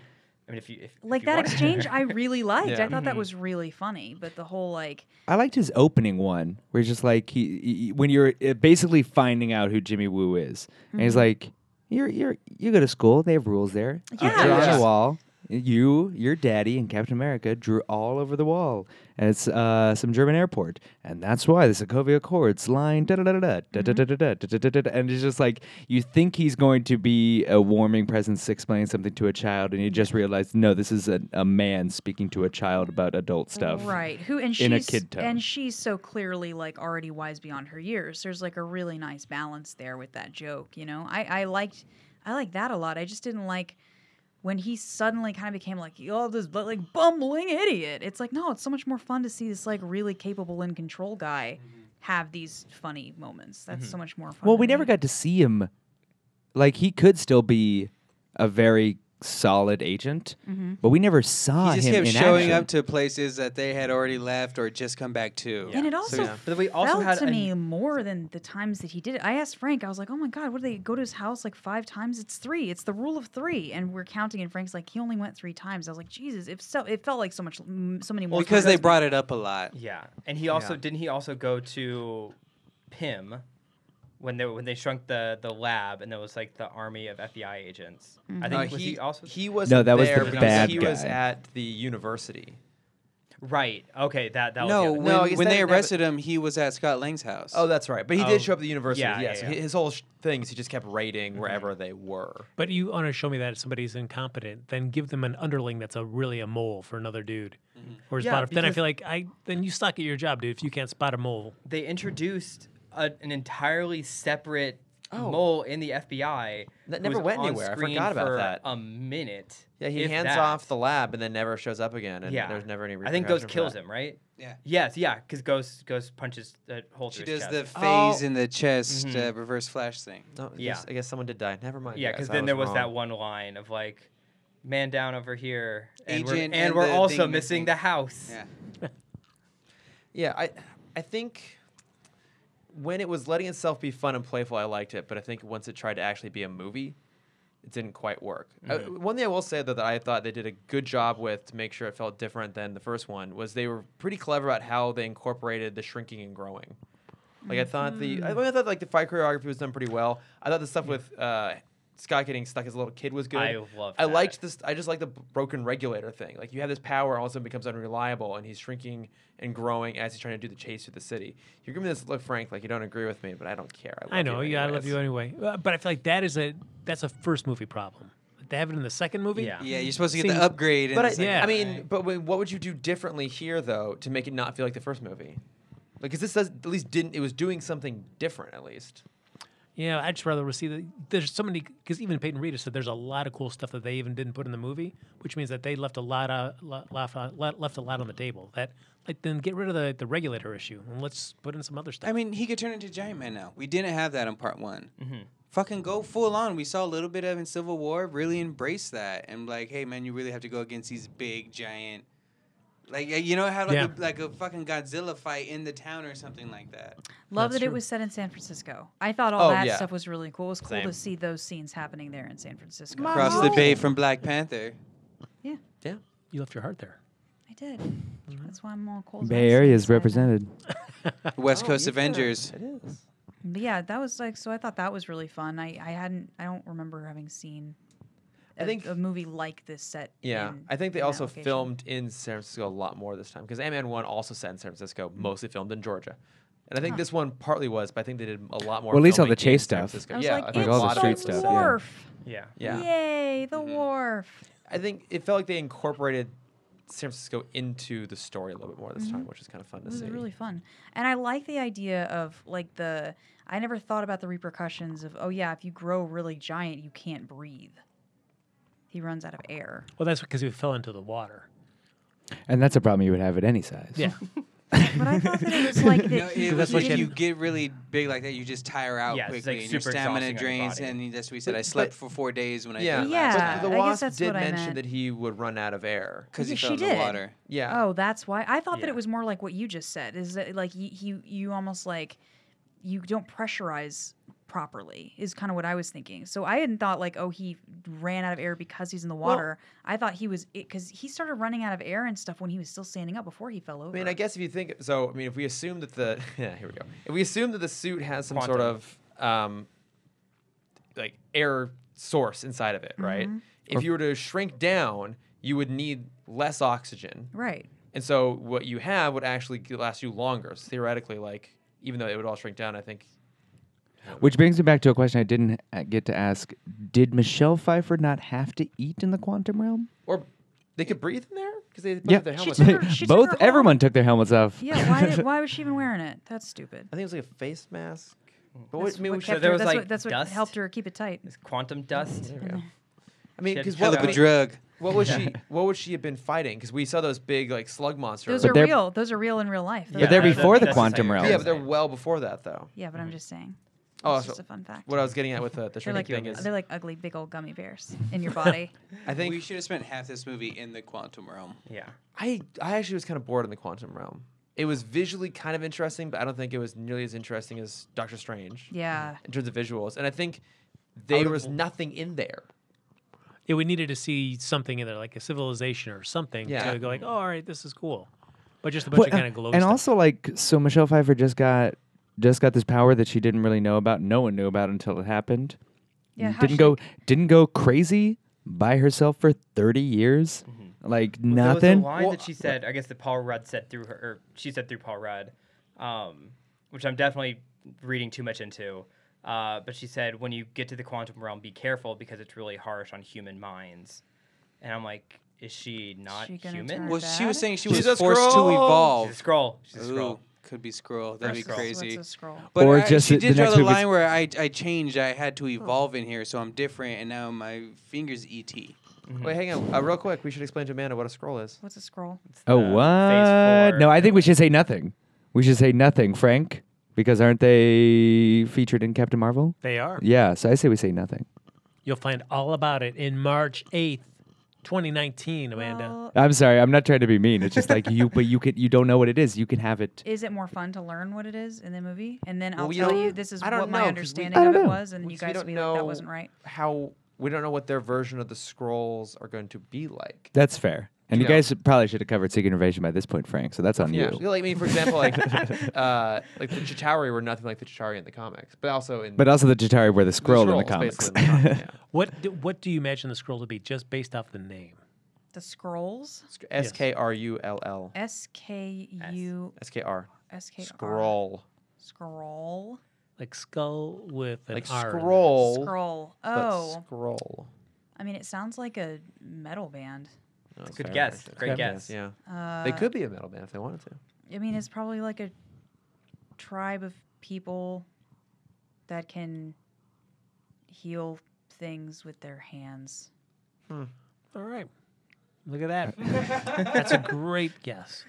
B: I mean, if you if, if
C: like
B: you [laughs]
C: that
B: want- Mm-hmm.
C: exchange I really liked.
A: Yeah.
C: I thought that was really funny. But the whole like
F: I liked his opening one, where he's just like he, he- when you're uh, basically finding out who Jimmy Woo is, and
C: Mm-hmm.
F: he's like, "You're you're you go to school. They have rules there. You
C: Yeah.
F: draw on
D: Yeah.
F: the wall. You, your daddy, and Captain America drew all over the wall, and it's uh, some German airport, and that's why the Sokovia Accords line da da da da da
C: Mm-hmm.
F: da da da da da da da da da." And it's just like you think he's going to be a warming presence explaining something to a child, and you just realize no, this is a, a man speaking to a child about adult stuff.
C: Right. Who and she's
F: in a kid tone.
C: and she's so clearly like already wise beyond her years. There's like a really nice balance there with that joke, you know. I I liked I liked that a lot. I just didn't like when he suddenly kind of became like oh this bu- like bumbling idiot. It's like no, it's so much more fun to see this like really capable and control guy have these funny moments. That's so much more fun.
F: Mm-hmm. Well,
C: to
F: we never
C: me.
F: got to see him. Like he could still be a very solid agent,
C: Mm-hmm.
F: but we never saw
D: He just
F: him
D: kept
F: in action.
D: showing up to places that they had already left or just come back to.
C: And it also
A: yeah.
B: But we also
C: felt
B: had
C: to
B: a-
C: me more than the times that he did it. I asked Frank, I was like, "Oh my god, what do they go to his house like five times? It's three. It's the rule of three. And we're counting, and Frank's like, "He only went three times." I was like, "Jesus!" If so, it felt like so much, mm, so many more.
D: Well, because they
C: times.
D: brought it up a lot.
B: Yeah, and he also
A: Yeah.
B: didn't he also go to Pym when they when they shrunk the the lab and there was like the army of FBI agents. I think
D: Uh,
B: was he, also
A: Mm-hmm. he was
F: No, that was the
A: there because
F: bad
A: he was
F: guy.
A: at the university.
B: Right. Okay. That that
D: no,
B: was the
D: when,
B: other.
A: No, I guess
D: when
A: that
D: they
A: didn't have
D: arrested him, he was at Scott Lang's house.
A: Oh, that's right. But he did
B: Oh,
A: show up at the university.
B: yeah,
A: Yeah, Mm-hmm.
B: yeah,
A: so
B: yeah.
A: hi- his whole sh- things, he just kept raiding wherever they were.
E: But you want to show me that somebody's incompetent, then give them an underling that's a really a mole for another dude,
D: Mm-hmm.
E: or
B: Yeah,
E: spot. Up. Then I
B: because-
E: feel like I then you suck at your job, dude. If you can't spot a mole,
B: they introduced a, an entirely separate mole in the FBI
A: Oh. That
B: who
A: never
B: was
A: went
B: on
A: anywhere. I
B: screen
A: forgot about
B: for
A: that.
B: A minute.
A: Yeah, he
B: if
A: hands
B: that.
A: off the lab and then never shows up again. And
B: Yeah,
A: there's never any
B: I think Ghost
A: repercussion for
B: kills
A: that.
B: him, right?
D: Yeah.
B: Yes, yeah, because Ghost Ghost punches that hole
D: She
B: through his
D: does the
B: chest.
D: phase
A: Oh.
D: in the chest
B: Mhm.
D: uh, reverse flash thing.
A: No,
B: Yeah.
A: yeah. I guess someone did die. Never mind.
B: yeah,
A: guys,
B: because
A: I
B: then there was that
A: wrong.
B: one line of like, "Man down over here," and we're,
D: Agent
B: and
D: and
B: we're
D: the
B: also
D: thing
B: missing
D: missing.
B: the house.
D: Yeah.
A: Yeah, I, I think when it was letting itself be fun and playful, I liked it. But I think once it tried to actually be a movie, it didn't quite work. Uh, one thing I will say though that I thought they did a good job with to make sure it felt different than the first one was they were pretty clever about how they incorporated the shrinking and growing. Like I thought the I, I thought like the fight choreography was done pretty well. I thought the stuff with uh, Scott getting stuck as a little kid was good.
B: I love
A: I
B: that.
A: liked this. I just like the b- broken regulator thing. Like you have this power, and all of a sudden it becomes unreliable, and he's shrinking and growing as he's trying to do the chase through the city. You're giving me this look, Frank, like you don't agree with me, but I don't care. I, love
E: I know.
A: You
E: Yeah, I love
A: anyways.
E: you anyway. Uh, But I feel like that is a that's a first movie problem. They have it in the second movie.
B: Yeah.
D: Yeah, you're supposed to get
E: Seems-
D: the upgrade.
A: But I,
D: and it's like,
E: Yeah.
A: I mean,
D: right.
A: but wait, what would you do differently here though to make it not feel like the first movie? Like, cause this does at least didn't it was doing something different at least.
E: Yeah, I just rather see that there's so many because even Peyton Reed has said there's a lot of cool stuff that they even didn't put in the movie, which means that they left a lot of left, left a lot on the table. That like then get rid of the, the regulator issue and let's put in some other stuff.
D: I mean, he could turn into Giant Man now. We didn't have that in part one. Fucking go full on. We saw a little bit of in Civil War. Really embrace that and like, hey man, you really have to go against these big giant. Like uh, you know, have like,
E: Yeah.
D: a, like a fucking Godzilla fight in the town or something like that.
C: Love
E: That's
C: that it
E: true.
C: was set in San Francisco. I thought
A: Oh,
C: all that
A: yeah.
C: stuff was really cool. It was cool
A: Same.
C: to see those scenes happening there in San Francisco.
D: Across the bay from Black Panther.
C: Yeah,
A: Yeah.
E: you left your heart there.
C: I did. That's why I'm all cold.
F: Bay Area is represented.
D: West
A: Oh,
D: Coast
A: yeah,
D: Avengers.
A: It is.
C: But yeah, that was like so. I thought that was really fun. I I hadn't. I don't remember having seen.
A: I
C: a-
A: think-
C: a movie like this set.
A: Yeah,
C: in-
A: I think they
C: in that
A: also
C: location.
A: filmed in San Francisco a lot more this time because Ant Man one also set in San Francisco,
C: Mm-hmm.
A: mostly filmed in Georgia, and I think this one partly was, but I think they did a lot more.
F: Well, at least all
A: filming
F: the chase
A: in San
F: stuff.
A: Francisco.
C: I was
A: yeah,
C: like,
A: I
C: it's
A: think a
F: all
A: lot
F: the
A: of
F: street
A: it
F: stuff,
C: the
A: was-
F: yeah.
C: wharf.
B: Yeah.
A: Yeah, Mm-hmm.
C: Yay, the wharf.
A: I think it felt like they incorporated San Francisco into the story a little bit more this time, which is kind of fun to
C: Mm-hmm. It was
A: see.
C: really fun. And I like the idea of like the I never thought about the repercussions of oh yeah, if you grow really giant, you can't breathe. He runs out of air.
E: Well, that's because we fell into the water.
F: And that's a problem you would have at any size.
E: Yeah,
C: But I thought that
A: [laughs]
C: it was like
D: No,
C: that he
D: it was,
E: that's what
D: if
E: she had-
D: you get really big like that, you just tire out
B: Yeah, it's, like,
D: quickly, and your
B: super
D: stamina
B: exhausting on your
D: drains.
B: body.
D: And that's what he said. I
A: But-
D: slept
A: but-
D: for four days when I
A: Yeah,
D: did
C: Yeah.
A: But the
C: I guess
A: Wasp
C: that's
A: did
C: what I
A: mention
C: meant.
A: that he would run out of air.
D: because he
C: Yeah,
D: fell
C: she
D: in the
C: did.
D: water.
A: Yeah.
C: Oh, that's why. I thought that
B: Yeah.
C: it was more like what you just said is that like you you, you almost like you don't pressurize properly is kind of what I was thinking. So I hadn't thought like oh he ran out of air because he's in the water. I thought he was because he started running out of air and stuff when he was still standing up before he fell over.
A: I mean, I guess if you think so, I mean, if we assume that the [laughs] yeah, here we go. If we assume that the suit has some sort
B: Quantum.
A: of um, like air source inside of it, right? If you were to shrink down, you would need less oxygen,
C: right.
A: and so what you have would actually g- last you longer. So theoretically, like even though it would all shrink down, I think
F: Which brings me back to a question I didn't uh, get to ask. Did Michelle Pfeiffer not have to eat in the quantum realm?
A: or they could breathe in there because they put
F: Yeah.
A: their
F: She
A: helmets.
C: took
A: on.
F: [laughs]
C: her- she took
F: Both
C: her whole-
F: everyone took their helmets off.
C: Yeah, why, did, why was she even wearing it? That's stupid.
A: I think it was like a face mask. But
C: That's
A: what, I mean,
C: what
A: we should-
C: kept
B: there
C: her-
B: was,
C: that's
B: like,
C: what, that's what
B: dust?
C: helped her keep it tight.
B: It's quantum [laughs] dust.
A: there we go. I mean,
B: She had
A: because
D: Hell
A: what,
D: of a
A: what-
D: drug.
A: what was
F: [laughs]
A: she? What would she have been fighting? Because we saw those big like slug monsters.
C: Those
F: But
C: are
F: they're-
C: real. Those are real in real life. Those
B: Yeah,
F: But they're
C: are-
B: that-
F: before
B: that-
F: the
B: that's
F: quantum realm.
B: exactly-
A: yeah, but they're well before that though.
C: Yeah, but I'm just saying.
A: Oh,
C: It's
A: so
C: just a fun fact.
A: What I was getting at with uh, the, the
C: they're like
A: shrinking thing is,
C: they're like ugly big old gummy bears in
A: [laughs]
C: your body.
A: I
D: we
A: think
D: should have spent half this movie in the quantum realm.
B: Yeah.
A: I I actually was kind of bored in the quantum realm. It was visually kind of interesting, but I don't think it was nearly as interesting as Doctor Strange
C: yeah.
A: in terms of visuals. And I think there was nothing in there.
E: yeah. We needed to see something in there, like a civilization or something,
A: Yeah.
E: to go like, oh, all right, this is cool. But just a bunch
F: Well,
E: of kind of glow
F: and
E: stuff.
F: also like so Michelle Pfeiffer just got just got this power that she didn't really know about. No one knew about until it happened.
C: Yeah, how
F: didn't
C: she-
F: go didn't go crazy by herself for 30 years.
E: Mm-hmm.
F: Like
B: There was a
F: nothing.
B: line
A: Well,
B: that she said, I guess that Paul Rudd said through her, or she said through Paul Rudd, um, which I'm definitely reading too much into. Uh, but she said, when you get to the quantum realm, be careful because it's really harsh on human minds. And I'm like, is she not
C: She gonna
B: human?
C: turn-
D: Well, she was
C: bad?
D: saying she
A: She's
D: was
A: a
D: forced
A: scroll.
D: to
B: She's a
D: evolve.
B: scroll. She's a
D: Ooh,
B: scroll.
D: could be scroll. That'd be
B: Scroll.
D: crazy.
C: What's a scroll?
D: But
F: Or
D: I,
F: just
D: she
F: it-
D: did
F: the
D: draw
F: next
D: the
F: week was-
D: line where I, I changed. I had to evolve in here, so I'm different, and now my fingers E ET.
F: Mm-hmm.
A: Wait, hang on. Uh, real quick, we should explain to Amanda what a scroll is.
C: What's a scroll?
B: It's
E: Uh,
F: Oh
B: the phase
F: what?
B: four
F: No, I think
B: villain.
F: we should say nothing. We should say nothing, Frank, because aren't they featured in Captain Marvel?
E: They are.
F: Yeah, so I say we say nothing.
E: You'll find all about it in March 8th, 2019,
A: uh,
E: Amanda.
C: Well,
F: I'm sorry, I'm not trying to be mean. It's just like you, but you could, you don't know what it is. You can have it.
C: is it more fun to learn what it is in the movie, and then I'll
A: we
C: tell
A: don't-
C: you this is
A: I don't
C: what
A: know, 'cause
C: my
A: we-
C: understanding
F: I
C: of
F: don't
C: it
F: know.
C: was, and then you
A: Because we
C: guys will
A: don't
C: be like,
A: know
C: that wasn't right.
A: How we don't know what their version of the scrolls are going to be like.
F: That's fair. And you,
A: Yeah.
F: guys probably should have covered Secret Invasion by this point, Frank. So that's on
A: Yeah,
F: you.
A: like I mean, for example, like uh, like the Chitauri were nothing like the Chitauri in the comics, but also in
F: But also the Jatari were the
A: the
F: scroll in the
A: Skrulls,
F: comics.
A: basically,
F: [laughs]
A: in the comic, yeah.
E: [laughs] What do, what do you imagine the scroll to be just based off the name?
C: The scrolls.
A: Sk- S K R U L L.
C: S K U
A: S K R.
C: S K R.
A: Scroll.
C: Scroll.
E: Like skull with an
A: Like
E: R in it.
A: scroll.
C: Scroll.
A: But
C: Oh,
A: scroll.
C: I mean, it sounds like a metal band.
A: No, it's
B: good
A: fair,
B: guess.
A: actually.
B: Great
A: Good
B: guess.
A: Yeah.
C: Uh,
A: they could be a metal band if they wanted to.
C: I mean, it's probably like a tribe of people that can heal things with their hands.
E: All right. Look at that. That's a great guess.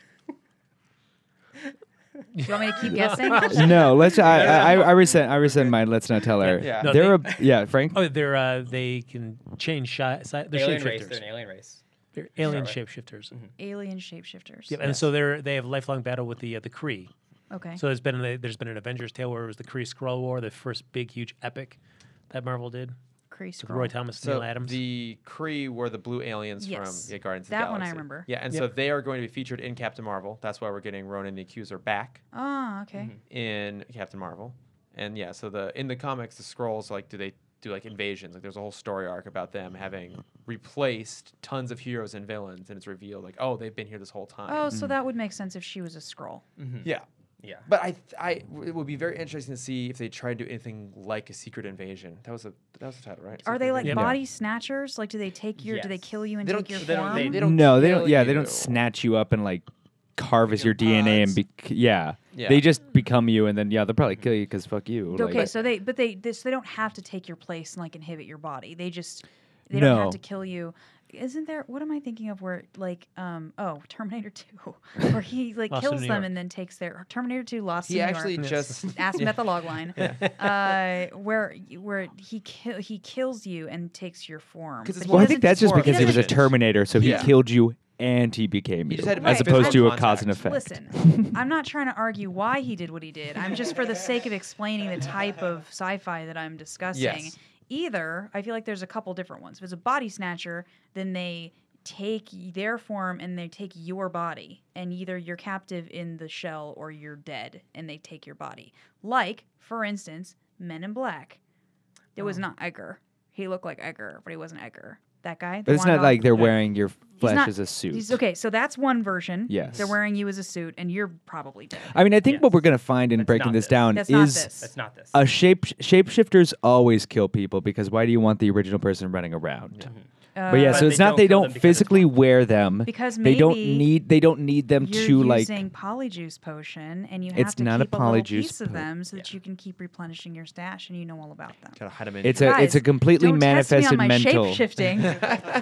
C: Do you want me to
A: [laughs]
C: keep guessing? I'll just-
F: no, let's. I, I, I, I resent. I resent mine. Let's not tell her.
A: Yeah.
E: No,
F: They're a, yeah, Frank.
E: Oh, they're uh, they can change shi- si- they're
B: Alien race. They're an
E: shapeshifters.
B: alien race.
E: They're alien
B: Sorry.
E: shapeshifters.
C: Alien shapeshifters.
E: Yep. And so they're they have lifelong battle with the uh, the Kree.
C: Okay.
E: So there's been a, there's been an Avengers tale where it was the Kree Skrull War, the first big huge epic that Marvel did
C: Kree
E: with Roy
C: scroll.
E: Thomas and
A: So
E: Neil Adams.
A: the Kree were the blue aliens
C: Yes.
A: from yeah, Guardians of the
C: That
A: Galaxy.
C: one I remember.
A: Yeah, and so they are going to be featured in Captain Marvel. That's why we're getting Ronan the Accuser back
C: Ah, okay.
A: Mm-hmm. in Captain Marvel. And yeah, so the in the comics, the scrolls like do they do like invasions? Like there's a whole story arc about them having replaced tons of heroes and villains, and it's revealed like oh they've been here this whole time. Mm-hmm.
C: Oh, so that would make sense if she was a scroll.
A: Yeah.
B: Yeah.
A: But I, th- I, it would be very interesting to see if they try to do anything like a secret invasion. That was a, that was the title, right?
C: Are
A: Secret
C: they like
A: Invasion.
E: Yep.
C: body snatchers? Like, do they take your? Do they
B: Yes.
C: kill you and
A: They don't
C: take your
A: ki- they don't-
C: form?
A: they- they don't
F: no, they
A: kill
F: don't. Yeah, they
A: you.
F: don't snatch you up and like carve as your DNA and
B: pods.
F: be. Yeah.
A: Yeah.
F: they just become you, and then yeah, they'll probably kill you because fuck you. like-
C: okay, so they but they this they don't have to take your place and like inhibit your body. They just they don't
F: No.
C: have to kill you. Isn't there what am I thinking of where like um oh [laughs] Terminator 2 where he like
E: Lost in
C: kills
E: New
C: them
E: York.
C: and then takes their Terminator 2 lost
A: He
C: in New
A: actually
C: York.
F: [laughs]
A: just [laughs]
C: Ask him at the log line. Uh, where where he kill he kills you and takes your form.
A: 'Cause it's
C: but he
A: more-
F: Well, I
C: doesn't-
F: think that's just
A: more of
F: because he was a
A: vengeance.
F: Terminator, so he
A: Yeah.
F: killed you and he became
A: He
F: you,
A: just had to make
F: as
C: Right,
F: opposed to
A: physical
F: a cause and
A: contact.
F: effect.
C: Listen, I'm not trying to argue why he did what he did. I'm just for the sake of explaining the type of sci-fi that I'm discussing.
A: Yes.
C: Either I feel like there's a couple different ones. If it's a body snatcher, then they take y- their form and they take your body, and either you're captive in the shell or you're dead, and they take your body. Like, for instance, Men in Black. It was not Edgar. He looked like Edgar, but he wasn't Edgar. That guy. the
F: But it's
C: wand
F: not
C: dog?
F: like they're wearing your
C: He's
F: flesh
C: not-
F: as a suit.
C: he's- okay, so that's one version.
F: Yes.
C: They're wearing you as a suit, and you're probably dead.
F: I mean, I think what we're gonna find in
B: That's
F: breaking
B: not
F: this
B: this.
F: down
C: That's not
F: is
C: this.
B: That's not this.
F: a shape shapeshifters always kill people because why do you want the original person running around? But yeah,
C: Uh,
F: so
B: But
F: it's
B: they
F: not
B: don't
F: they
B: kill them
F: don't
B: because it's
F: physically wear them.
C: Because
F: they don't
C: maybe
F: need they don't need them
C: You're
F: to like
C: using polyjuice potion, and you have
F: It's
C: to
F: not a
C: keep a, little
F: polyjuice
C: piece of
F: po-
C: them so that you can keep replenishing your stash, and you know all about them.
A: Gotta hide 'em in
F: it's
A: here.
F: a it's a
C: Guys,
F: completely
C: Don't test me
F: manifested
C: on my
F: mental
C: shape-shifting.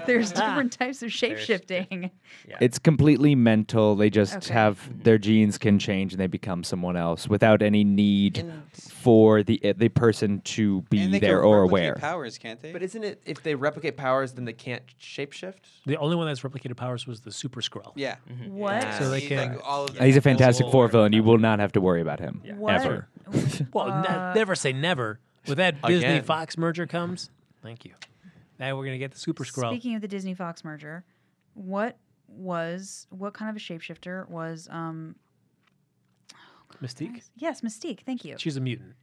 C: There's different types of shape-shifting.
B: yeah. Mm-hmm.
F: it's completely mental. They just
C: Okay.
F: have their genes can change and they become someone else without any need
A: And-
F: for the eh, the person to
D: And
F: be
D: they can
F: there or
D: replicate
F: aware.
D: powers, can't they?
A: But isn't it if they replicate powers, then they can't shapeshift?
E: the only one that's replicated powers was the Super Skrull.
D: yeah.
B: Mm-hmm.
C: What?
A: Yeah.
E: So they
D: He's
E: can-
D: like all of
F: He's a fantastic
B: Invisible
F: four
B: or
F: villain. You will not have to worry about him
C: What?
F: ever.
E: Well, ne-
C: Uh,
E: never say never.
A: [laughs]
E: With that Disney
A: Again.
E: Fox merger comes, thank you. Now we're gonna get the Super Skrull.
C: Speaking of the Disney Fox merger, what was what kind of a shapeshifter was? um
E: Mystique.
C: Yes, Mystique. Thank you.
E: She's a mutant.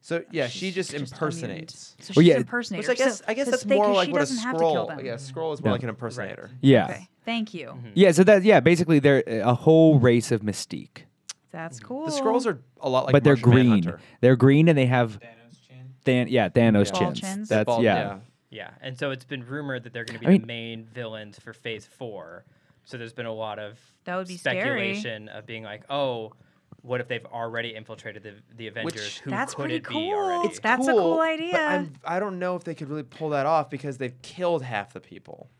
A: So yeah, she
C: She's
A: just
C: just
A: impersonates.
C: So she's
F: Well, yeah,
C: an
F: it-
C: impersonator.
A: Which I guess
C: so,
A: I guess
C: so
A: that's
C: thank
A: more
C: you,
A: like
C: she
A: what a
C: doesn't have to kill
A: scroll.
C: them.
A: Yeah, scroll is more
F: Yeah.
A: like an impersonator.
F: Yeah.
C: Okay. Thank you.
F: Yeah. So that yeah, basically they're uh, a whole race of Mystique,
C: That's cool.
A: The scrolls are a lot like
F: but they're
A: Martian
F: green.
A: Manhunter.
F: They're green and they have Than- yeah Thanos
C: Ball
F: chins.
C: chins.
F: That's
A: Bald-
F: yeah.
B: Yeah, and so it's been rumored that they're going to be
F: I mean-
B: the main villains for Phase Four. So there's been a lot of
C: That would be scary.
B: speculation of being like, oh, what if they've already infiltrated the the Avengers? Who
C: That's
B: could
C: pretty
B: it be
C: cool.
B: already?
C: It's That's a cool idea.
A: But I'm, I don't know if they could really pull that off because they've killed half the people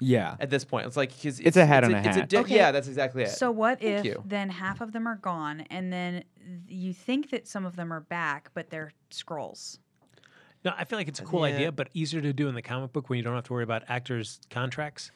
F: Yeah.
A: at this point. It's like 'cause it's,
F: It's a hat
A: it's
F: on a
A: it's
F: hat.
A: di-
C: Okay.
A: Yeah, that's exactly it.
C: So what
A: Thank
C: if
A: you.
C: then half of them are gone, and then th- you think that some of them are back, but they're scrolls?
E: No, I feel like it's a cool
A: Yeah.
E: idea, but easier to do in the comic book when you don't have to worry about actors' contracts.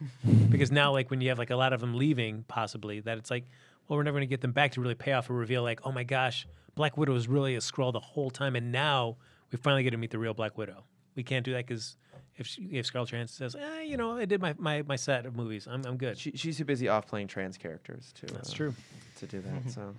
E: because now, like when you have like a lot of them leaving, possibly that it's like, well, we're never going to get them back to really pay off a reveal. Like, oh my gosh, Black Widow was really a scroll the whole time, and now we finally get to meet the real Black Widow. We can't do that because if she, if Scarlett Johansson says, eh, you know, I did my, my, my set of movies, I'm I'm good.
A: she, she's too busy off playing trans characters to.
E: That's
A: uh,
E: true.
A: To do
F: [laughs]
A: that, so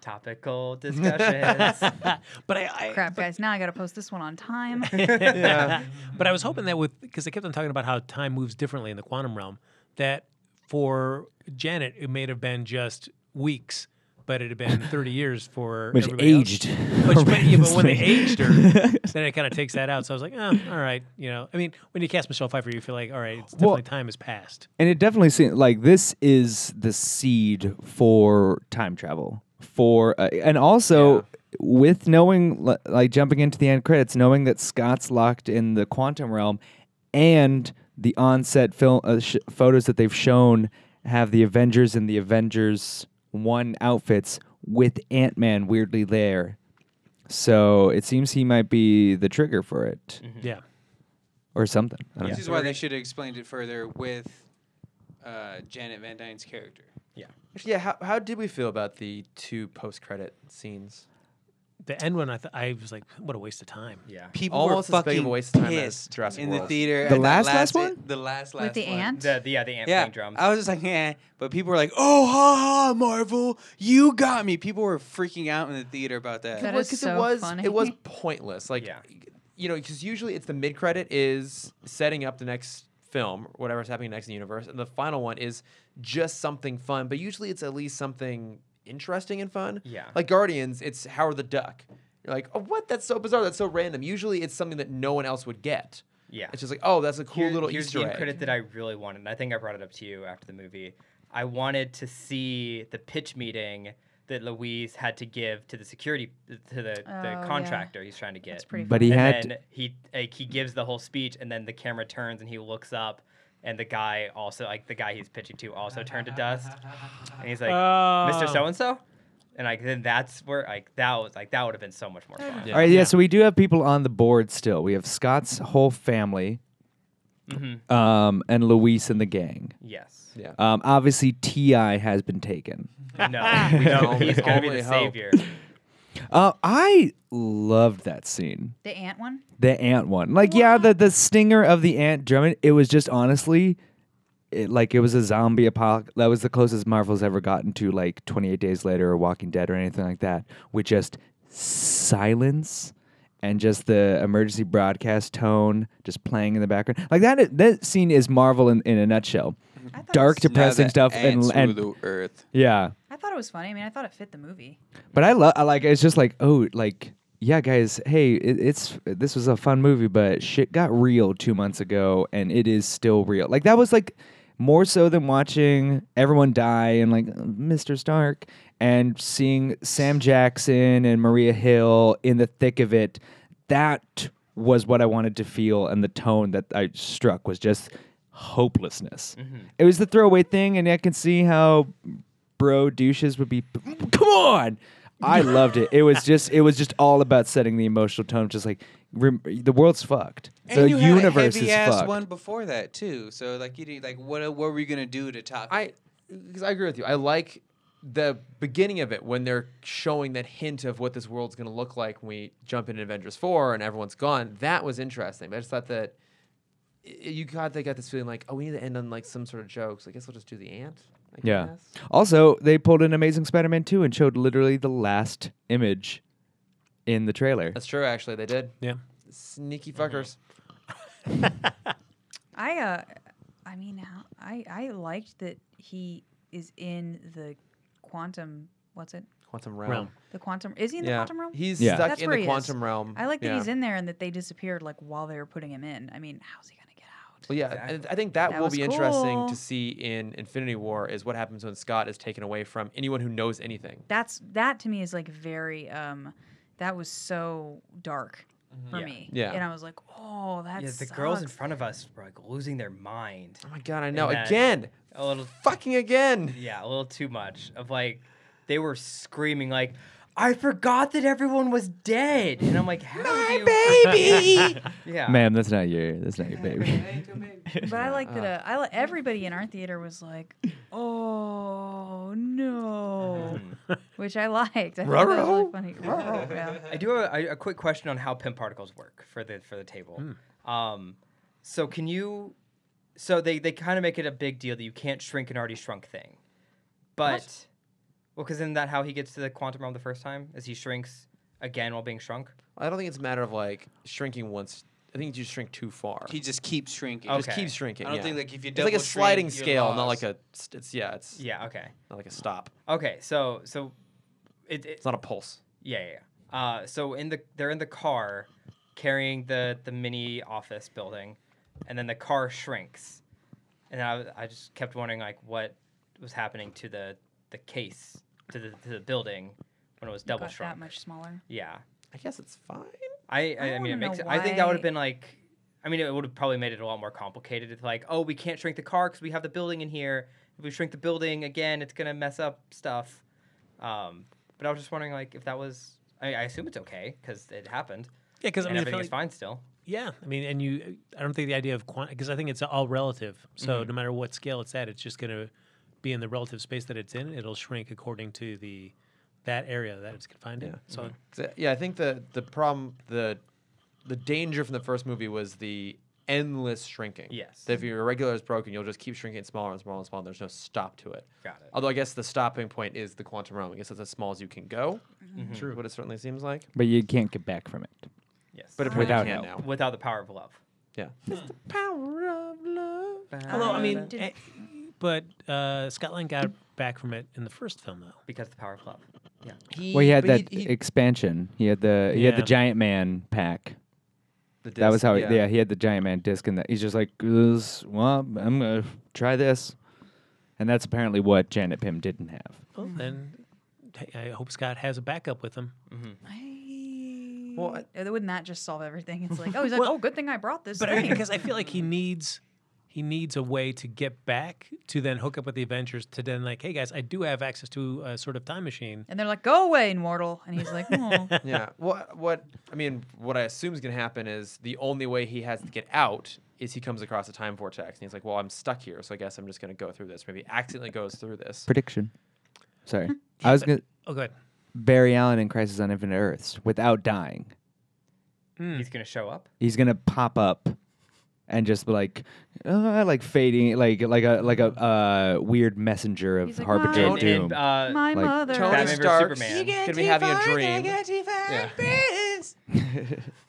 B: Topical discussions.
E: [laughs] But I, I
C: Crap, guys! Now I gotta post this one on [laughs] time.
E: Um, But I was hoping that with because they kept on talking about how time moves differently in the quantum realm, that for Janet it may have been just weeks, but it had been thirty years
F: [laughs]
E: for
F: Which
E: everybody else.
F: aged.
E: Which, but, yeah, but when
F: [laughs]
E: they
F: horrendously.
E: aged her, then it kind of takes that out. So I was like, oh, all right, you know. I mean, when you cast Michelle Pfeiffer, you feel like, all right, it's definitely
F: Well-
E: time has passed.
F: And it definitely seems like this is the seed for time travel. For uh, and also with knowing li- like jumping into the end credits, knowing that Scott's locked in the quantum realm, and the onset film uh, sh- photos that they've shown have the Avengers and the Avengers one outfits with Ant Man weirdly there. So it seems he might be the trigger for it
B: Hmm.
E: Yeah.
F: or something. I don't
D: This
F: know.
D: is why they should have explained it further with uh, Janet Van Dyne's character.
A: Actually, yeah. How, how did we feel about the two post-credit scenes?
E: The end one, I, th- I was like, what a waste of time.
B: yeah.
D: People
A: Almost
D: were
A: as big
D: fucking
A: of a waste of time as
D: pissed
A: Jurassic
D: in the
A: World.
D: theater.
F: The
D: at that
F: last- last one?
D: The last last
C: With the
D: one.
C: ant?
B: The, the- yeah, the ant
D: Yeah,
B: playing drums.
D: I was just like, eh. But people were like, "Oh, ha ha, Marvel, you got me." People were freaking out in the theater about that.
C: That
A: It was 'cause
C: is so
A: it was
C: funny.
A: it was pointless. Like,
B: Yeah.
A: you know, because usually it's the mid credit is setting up the next film, whatever's happening next in the universe, and the final one is just something fun. But usually it's at least something interesting and fun.
B: Yeah.
A: Like Guardians, it's Howard the Duck. You're like, oh, what? That's so bizarre. That's so random. Usually it's something that no one else would get.
B: yeah.
A: It's just like, oh, that's a cool
B: Here-
A: little
B: here's
A: Easter
B: the end
A: egg.
B: credit that I really wanted. And I think I brought it up to you after the movie. I wanted to see the pitch meeting that Louise had to give to the security to the,
C: Oh,
B: the
C: yeah.
B: contractor he's trying to get.
C: That's pretty.
F: But
C: funny.
F: he
B: and
F: had
B: then he like, he gives the whole speech, and then the camera turns, and he looks up, and the guy also like the guy he's pitching to also turned to dust, and he's like, "Mr.
E: Oh.
B: So and So," and like then that's where like that was like that would have been so
C: [laughs]
B: much more fun.
A: Yeah.
F: All right, yeah. So we do have people on the board still. We have Scott's whole family, um, and Luis and the gang.
B: Yes.
A: yeah.
F: Um, obviously, Ti has been taken.
B: No. We
A: [laughs]
B: know he's gonna be
A: Only
B: the
A: hope.
B: savior.
F: Uh, I loved that scene,
C: the ant one.
F: the ant one. Like, yeah, the the stinger of the ant drumming. It was just honestly, it, like it was a zombie apocalypse. That was the closest Marvel's ever gotten to like 28 Days Later or Walking Dead or anything like that, with just silence and just the emergency broadcast tone just playing in the background. Like that that scene is Marvel in, in a nutshell.
C: I thought
F: Dark,
C: It was,
F: depressing stuff and, and
D: the earth.
F: yeah.
C: I thought it was funny. I mean, I thought it fit the movie.
F: But I love like it's just like oh like yeah guys hey it, it's this was a fun movie but shit got real two months ago and it is still real like that was like more so than watching everyone die and like Mr. Stark and seeing Sam Jackson and Maria Hill in the thick of it that was what I wanted to feel and the tone that I struck was just hopelessness it was the throwaway thing and I can see how bro douches would be come on i loved it it was just it was just all about setting the emotional tone just like rem- the world's fucked the
D: and you
F: universe
D: had a
F: is
D: heavy-ass
F: fucked
D: one before that too. So like, you did, like what what were you gonna do to top?
A: I because I agree with you. I like the beginning of it when they're showing that hint of what this world's going to look like when we jump into Avengers 4 and everyone's gone. That was interesting. But I just thought that i- you got they got this feeling like, oh, we need to end on like some sort of jokes. I guess we'll just do the ant. I
F: yeah
A: guess.
F: also they pulled an amazing spider-man 2 and showed literally the last image in the trailer.
A: That's true, actually. They did.
E: Yeah.
A: Sneaky fuckers.
C: I uh, I mean, how- I I liked that he is in the quantum. What's it?
A: Quantum realm.
E: Realm.
C: The quantum. Is he in the
A: yeah.
C: quantum realm?
A: He's
F: Yeah.
A: stuck
C: That's
A: in
C: where
A: the
C: he is.
A: quantum realm.
C: I like that
A: yeah.
C: he's in there and that they disappeared like while they were putting him in. I mean, how's he gonna get out?
A: Well, yeah, and I think that,
C: That
A: will
C: was
A: be interesting
C: cool.
A: to see in Infinity War is what happens when Scott is taken away from anyone who knows anything.
C: That's that to me is like very um, that was so dark for
B: Yeah.
C: me.
A: Mm-hmm. Yeah.
C: and I was like, oh, that's
B: yeah, the girls in front of us were like losing their mind
A: Oh my god, I know.
B: that-
A: Again.
B: a little.
A: Fucking
D: [laughs]
A: again.
B: Yeah, a little too much. Of like, they were screaming like, "I forgot that everyone was dead," and I'm like, "How do you?"
A: Baby.
B: [laughs] Yeah,
F: Ma'am, that's not your that's not your baby.
C: But I like that. Uh, I li- everybody in our theater was like, "Oh no," which I liked. I thought that was really
A: Ruh-roh.
C: funny. Ruh-roh,
A: [laughs]
C: yeah.
B: I do have a, a quick question on how pimp particles work for the for the table. Um, so can you? So they they kind of make it a big deal that you can't shrink an already shrunk thing, but well, because isn't that how he gets to the quantum realm the first time? Is he shrinks again while being shrunk?
A: I don't think it's a matter of like shrinking once. I think you just shrink too far.
D: He just keeps shrinking.
B: Okay.
A: Just keeps shrinking.
D: I don't
A: yeah.
D: think, like, if you
A: it's like a
D: double
A: sliding
D: shrink, you're
A: scale, not like
D: lost.
A: a. st- It's yeah, it's
B: Yeah. Okay.
A: not like a stop.
B: Okay. So so, it, it
A: It's not a pulse.
B: yeah yeah. yeah. Uh, so in the they're in the car, carrying the the mini office building, and then the car shrinks, and I I just kept wondering like what was happening to the the case to the to the building when it was double
C: Got that
B: shrunk.
C: much smaller.
B: yeah.
A: I guess it's fine.
B: I, I, I mean,
C: wanna
B: it makes.
C: know
B: I think that would
C: why-
B: have been like. I mean, it would have probably made it a lot more complicated. It's like, oh, we can't shrink the car because we have the building in here. If we shrink the building again, it's gonna mess up stuff. Um, but I was just wondering, like, if that was. I, I assume it's okay because it happened
E: Yeah, because I
B: and
E: mean, I feel
B: everything
E: like-
B: is fine still.
E: yeah, I mean, and you, I don't think the idea of quant, because I think it's all relative. So no matter what scale it's at, it's just going to be in the relative space that it's in. It'll shrink according to the that area that it's confined in. So
A: 'Cause I- Yeah, I think the the problem the the danger from the first movie was the endless shrinking.
B: Yes.
A: That if your regular is broken, you'll just keep shrinking smaller and smaller and smaller. There's no stop to it.
B: Got it.
A: Although I guess the stopping point is the quantum realm. I guess it's as small as you can go.
E: True.
A: What it certainly seems like.
F: [laughs] But you can't get back from it.
B: Yes.
A: But if
F: Without
A: you can
F: help.
A: now.
B: without the power of love.
A: Yeah. It's the power of love.
E: although I mean,
C: did-
E: eh, but uh, Scotland got back from it in the first film though.
B: Because the power of love. Yeah.
F: Well, he had
A: but
F: that expansion. He had the he had the
E: Yeah.
F: giant man pack.
A: the
F: That was
A: disc,
F: how he, yeah. he had the giant man disc and that he's just like "This- well I'm gonna try this, and that's apparently what Janet Pym didn't have.
E: Well, then hey, I hope Scott has a backup with him.
A: Well, I-
C: Uh, Wouldn't that just solve everything? It's like, oh, he's like,
E: Well,
C: oh, good thing I brought this.
E: But I mean,
C: thing."
E: because I feel like he needs he needs a way to get back to then hook up with the Avengers to then like, hey guys, I do have access to a sort of time machine.
C: and they're like, go away, mortal. And he's like, oh.
A: yeah. What what I mean, what I assume is gonna happen is the only way he has to get out is he comes across a time vortex and he's like, Well, I'm stuck here, so I guess I'm just gonna go through this. Maybe accidentally goes through this.
F: Prediction. Sorry, I was gonna
E: Oh, good.
F: Barry Allen in Crisis on Infinite Earths without dying.
E: Hmm.
B: He's gonna show up.
F: He's gonna pop up. And just be like, oh, I like fading, like like a like a uh, weird messenger of
C: He's like,
F: harbinger
C: "Mom."
F: of
B: And,
C: Tone
F: doom.
B: and, uh,
C: my
F: Like,
C: mother.
A: Tony
B: Batman versus
A: Stark's
B: Superman.
A: gonna be having a dream. Yeah.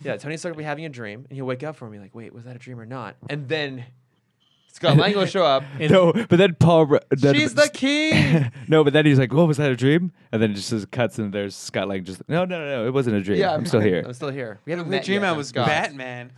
A: yeah, Tony Stark will be having a dream, and he'll wake up from me like, wait, was that a dream or not? And then Scott Lang will show up.
F: [laughs] No, but then Paul. Ru- Then
A: She's the
F: [laughs]
A: king.
F: no, but then he's like, "What was that a dream?" And then it just says cuts, and there's Scott Lang just, "No, no, no, it wasn't a dream.
A: Yeah,
F: I'm, still here."
A: [laughs] I'm still here. We haven't
D: The
A: met
D: dream
A: yet,
D: I
A: I'm
D: was
A: Scott.
D: Batman.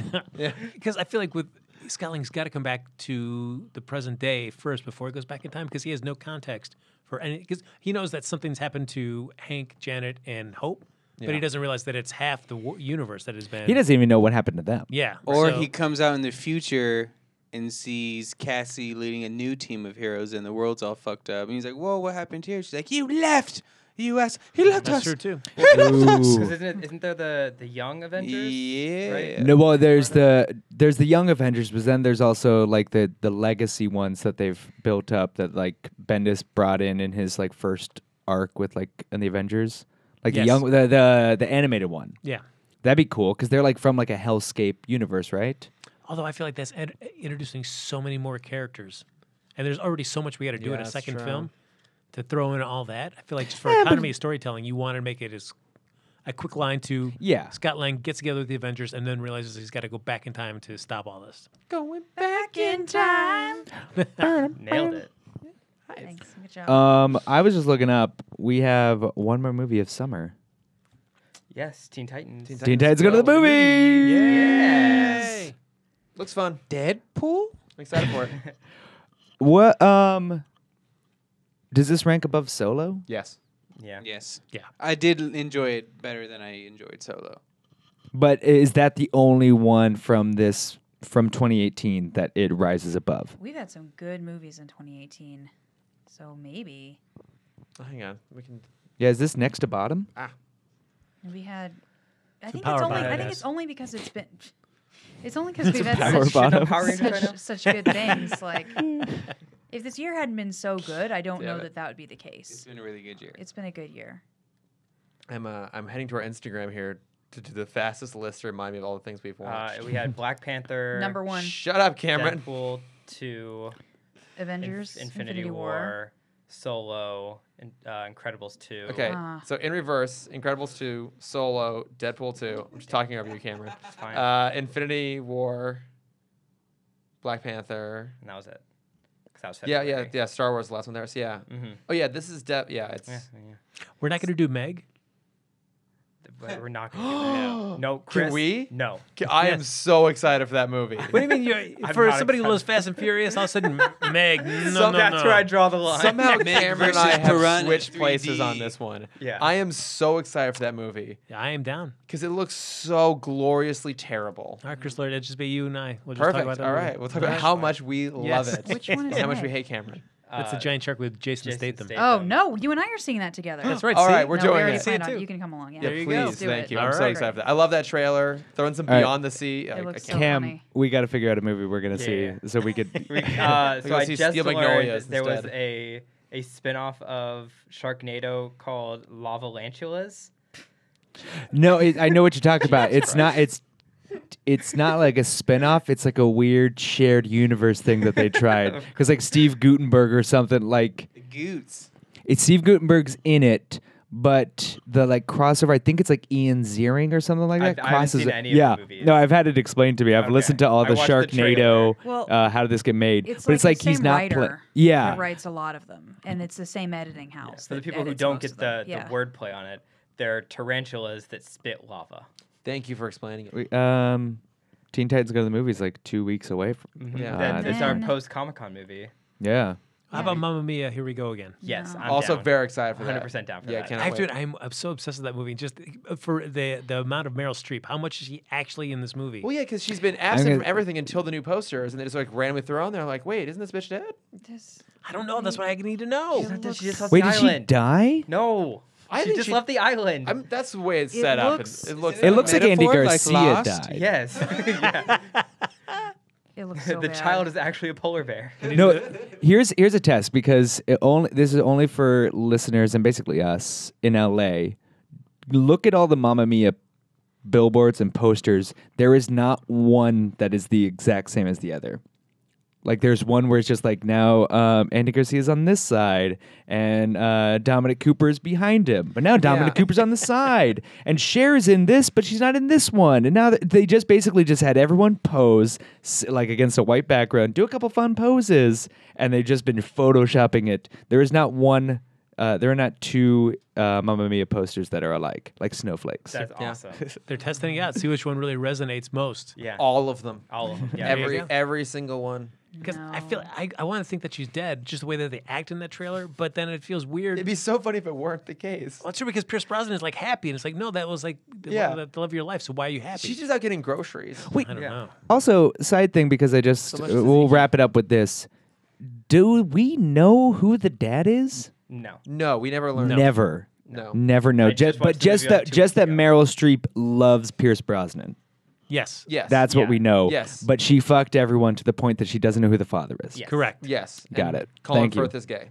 E: [laughs] Because I feel like with Scotland's got to come back to the present day first before it goes back in time because he has no context for any. Because he knows that something's happened to Hank, Janet, and Hope, but
A: Yeah.
E: he doesn't realize that it's half the wo- universe that has been.
F: He doesn't even know what happened to them.
E: Yeah.
D: Or
E: so-
D: he comes out in the future and sees Cassie leading a new team of heroes, and the world's all fucked up. And he's like, "Whoa, what happened here?" She's like, "You left." U.S. He left
E: That's
D: us.
E: true too.
B: because
F: Ooh.
B: isn't it, isn't there the the young Avengers?
D: Yeah.
B: Right?
F: [laughs] No, well, there's the there's the young Avengers, but then there's also like the the legacy ones that they've built up that like Bendis brought in in his like first arc with like in the Avengers, like
E: Yes.
F: the young the the, the animated one.
E: Yeah.
F: That'd be cool because they're like from like a hellscape universe, right?
E: Although I feel like that's ed- eh, introducing so many more characters, and there's already so much we got to do
A: Yeah,
E: in a
A: that's
E: second
A: true.
E: film to throw in all that. I feel like just for economy of storytelling, you want to make it as. I a quick line to
F: Yeah.
E: Scott Lang gets together with the Avengers and then realizes he's got to go back in time to stop all this.
A: Going back.
C: Back in time.
B: Nailed it.
C: Thanks. Good job.
F: Um, I was just looking up. We have one more movie of summer.
B: Yes, Teen Titans.
A: Teen
F: Teen Titans go to the movie.
B: Yes.
A: Hey. Looks fun.
D: Deadpool?
A: I'm excited for it.
F: What um does this rank above Solo?
A: yes.
B: Yeah.
D: Yes.
E: Yeah.
D: I did l- enjoy it better than I enjoyed Solo.
F: But is that the only one from this from 2018 that it rises above?
C: We've had some good movies in 2018, so maybe
A: Oh, hang on. We can.
F: Yeah, is this next to bottom?
C: we had. I
E: It's a
C: think it's
E: power
C: only.
E: bottom.
C: I think it's only because it's been. It's only because we've
F: a
C: had
F: power
C: such,
F: bottom.
B: Power Rangers right now?
C: [laughs] such, such good things. Like, if this year hadn't been so good, I don't
D: Damn
C: know
D: it.
C: that that would be the
D: It's
C: case.
D: been a really good year.
C: It's been a good year.
A: I'm uh, I'm heading to our Instagram here to do the fastest list to remind me of all the things we've
B: Uh,
A: watched.
B: we
A: [laughs]
B: had Black Panther.
C: Number one,
A: Shut up, Cameron.
B: Deadpool two. Inf-
C: Avengers,
B: Infinity, War. Solo. In, uh, Incredibles two.
A: Okay,
C: Ah.
A: so in reverse, Incredibles 2, Solo, Deadpool 2. I'm just talking over you, Cameron.
B: It's fine.
A: Uh, Infinity War, Black Panther.
B: and that was it. 'Cause that was
A: Yeah, yeah,
B: February.
A: yeah. Star Wars, the last one there. So yeah.
B: Mhm.
A: Oh yeah, this is De- yeah. It's
B: Yeah, yeah.
E: We're not going to do Meg.
B: But we're not
A: [gasps]
B: gonna do that. No, Chris.
A: we?
B: No.
A: K- I am
E: Yes.
A: so excited for that movie.
E: What do you mean? [laughs] You're,
B: I'm
E: for
B: not
E: somebody who
B: excited.
E: loves Fast and Furious, all of a [laughs] sudden, M- Meg. No, no,
B: that's
E: no.
B: where I draw the line.
A: Somehow
D: Meg
A: Cameron and I
D: versus
A: have
D: Piranha
A: switched
D: 3D.
A: places on this one.
B: Yeah.
A: I am so excited for that movie
E: Yeah, I am down.
A: because it looks so gloriously terrible.
E: All right, Chris Lord, it just be you and I. We'll just
A: Perfect.
E: talk about that.
A: All
E: movie.
A: right. We'll talk about how much we love
E: Yes.
A: it.
C: Which one is
A: and how much we
C: Meg?
A: hate Cameron.
E: That's the
B: Uh,
E: giant shark with Jason,
B: Jason
E: Statham.
B: Statham.
C: Oh
B: Nathan.
C: no, you and I are seeing that together.
E: That's right.
A: All
E: see?
A: right, we're
C: No, we
A: doing
C: already
A: it.
C: planned
E: See it
C: on-
E: too.
C: You can come along. Yeah,
A: Yeah,
E: There you go.
A: please.
C: do
A: Thank
C: it.
A: you. I'm
E: All
A: so
E: right.
A: excited for that. I love that trailer. Throwing some
F: All right.
A: Beyond the Sea. I- I
C: looks
A: can't-
C: so-
F: Cam,
C: funny.
F: we got to figure out a movie we're gonna
B: Yeah,
F: see
B: yeah,
F: so [laughs] we could.
B: [laughs]
A: [laughs]
B: We,
A: We
B: uh, so
A: go
B: I
A: see
B: just
A: Steel
B: learned
A: Magnolias
B: there was
A: instead.
B: a a spin-off of Sharknado called Lavalantulas.
F: no, it, I know what you're talking [laughs] about. It's not. It's it's not like a spinoff. It's like a weird shared universe thing that they [laughs] tried because like Steve Gutenberg or something like.
D: The Goots.
F: it's Steve Gutenberg's in it, but the like crossover. I think it's like Ian Ziering or something like
B: I've-
F: that.
B: I haven't
F: crosses
B: seen
F: it.
B: any of the
F: yeah,
B: movies.
F: no, I've had it explained to me. I've
B: Okay.
F: listened to all
B: I
F: the
B: watched the
C: trailer.
F: Sharknado.
C: Well,
F: uh, how did this get made?
C: It's
F: but
C: like
F: it's like
C: the
F: he's
C: same
F: not.
C: writer
F: pla- yeah,
C: that writes a lot of them, and it's the same editing house.
B: For the
C: that
B: people who
C: edits
B: don't
C: most
B: get
C: of
B: the,
C: them. yeah.
B: the wordplay on it, they're tarantulas that spit lava.
A: Thank you for explaining it.
F: We- um, Teen Titans Go to the movies like two weeks away. From,
A: Yeah.
B: That- that's our
C: Then-
B: post Comic Con movie.
F: yeah,
E: How [laughs] about Mamma Mia? Here we go again.
B: Yes,
C: No.
B: I'm
A: also
B: down.
A: very excited for that.
B: 100% down for
A: yeah,
B: that.
A: Cannot
E: I,
A: wait.
E: dude, I'm, I'm so obsessed with that movie. Just uh, for the the amount of Meryl Streep, how much is she actually in this movie?
A: Well, yeah, because she's been absent
F: gonna-
A: from everything until the new posters, and they just like randomly throw on there, like, wait, isn't this bitch dead?
C: This-
E: I don't know. That's what I need to know.
B: She's not dead, she just left
F: Wait,
B: the
F: did she
B: island.
F: die?
B: No,
A: I
B: she
A: think
B: just
A: she-
B: left the island.
A: I'm, that's the way it's
C: It
A: set
C: looks-
A: up. and It looks.
D: Is
F: It looks like Andy
D: Metaphor, like
F: Garcia
D: Lost?
B: [laughs]
C: [laughs]
F: died.
B: yes, [laughs] Yeah. [laughs]
C: It looks so
B: the
C: bad.
B: child is actually a polar bear.
F: no here's here's a test because it only this is only for listeners and basically us in la look at all the mamma mia billboards and posters there is not one that is the exact same as the other like there's one where it's just like now um, Andy Garcia's on this side and uh, Dominic Cooper is behind him, but now Dominic
A: Yeah.
F: Cooper's on the side and Cher is in this, but she's not in this one. And now th- they just basically just had everyone pose s- like against a white background, do a couple fun poses, and they've just been photoshopping it. There is not one. Uh, there are not two uh, Mamma Mia posters that are alike, like
B: [laughs]
F: snowflakes.
B: That's
A: Yeah.
B: awesome.
E: [laughs] They're testing it out, see which one really resonates most.
B: Yeah, all,
A: all of them.
B: of them. Yeah,
A: every
E: go.
A: every single one.
E: Because I feel I, I want to think that she's dead, just the way that they act in that trailer. But then it feels weird.
A: It'd be so funny if it weren't the case.
E: well, it's true because Pierce Brosnan is like happy, and it's like no, that was like the,
A: Yeah.
E: the, the love of your life. So why are you happy?
A: She's just out getting groceries.
F: Wait,
E: I don't know.
F: Also, side thing because I just
A: much
F: uh,
A: to
F: we'll wrap it up with this. Do we know who the dad is?
B: no.
A: No, we never learned.
F: Never,
A: No.
F: never know.
B: I just
F: Just, but
B: watched the
F: just
B: video
F: that
B: two
F: just
B: weeks
F: that
B: ago.
F: Meryl Streep loves Pierce Brosnan.
E: Yes.
A: Yes.
F: That's
B: Yeah.
F: what we know.
A: Yes.
F: But she fucked everyone to the point that she doesn't know who the father is.
B: Yes.
E: Correct.
A: Yes. and
F: Got it.
A: Colin
F: Thank you.
A: Firth is gay,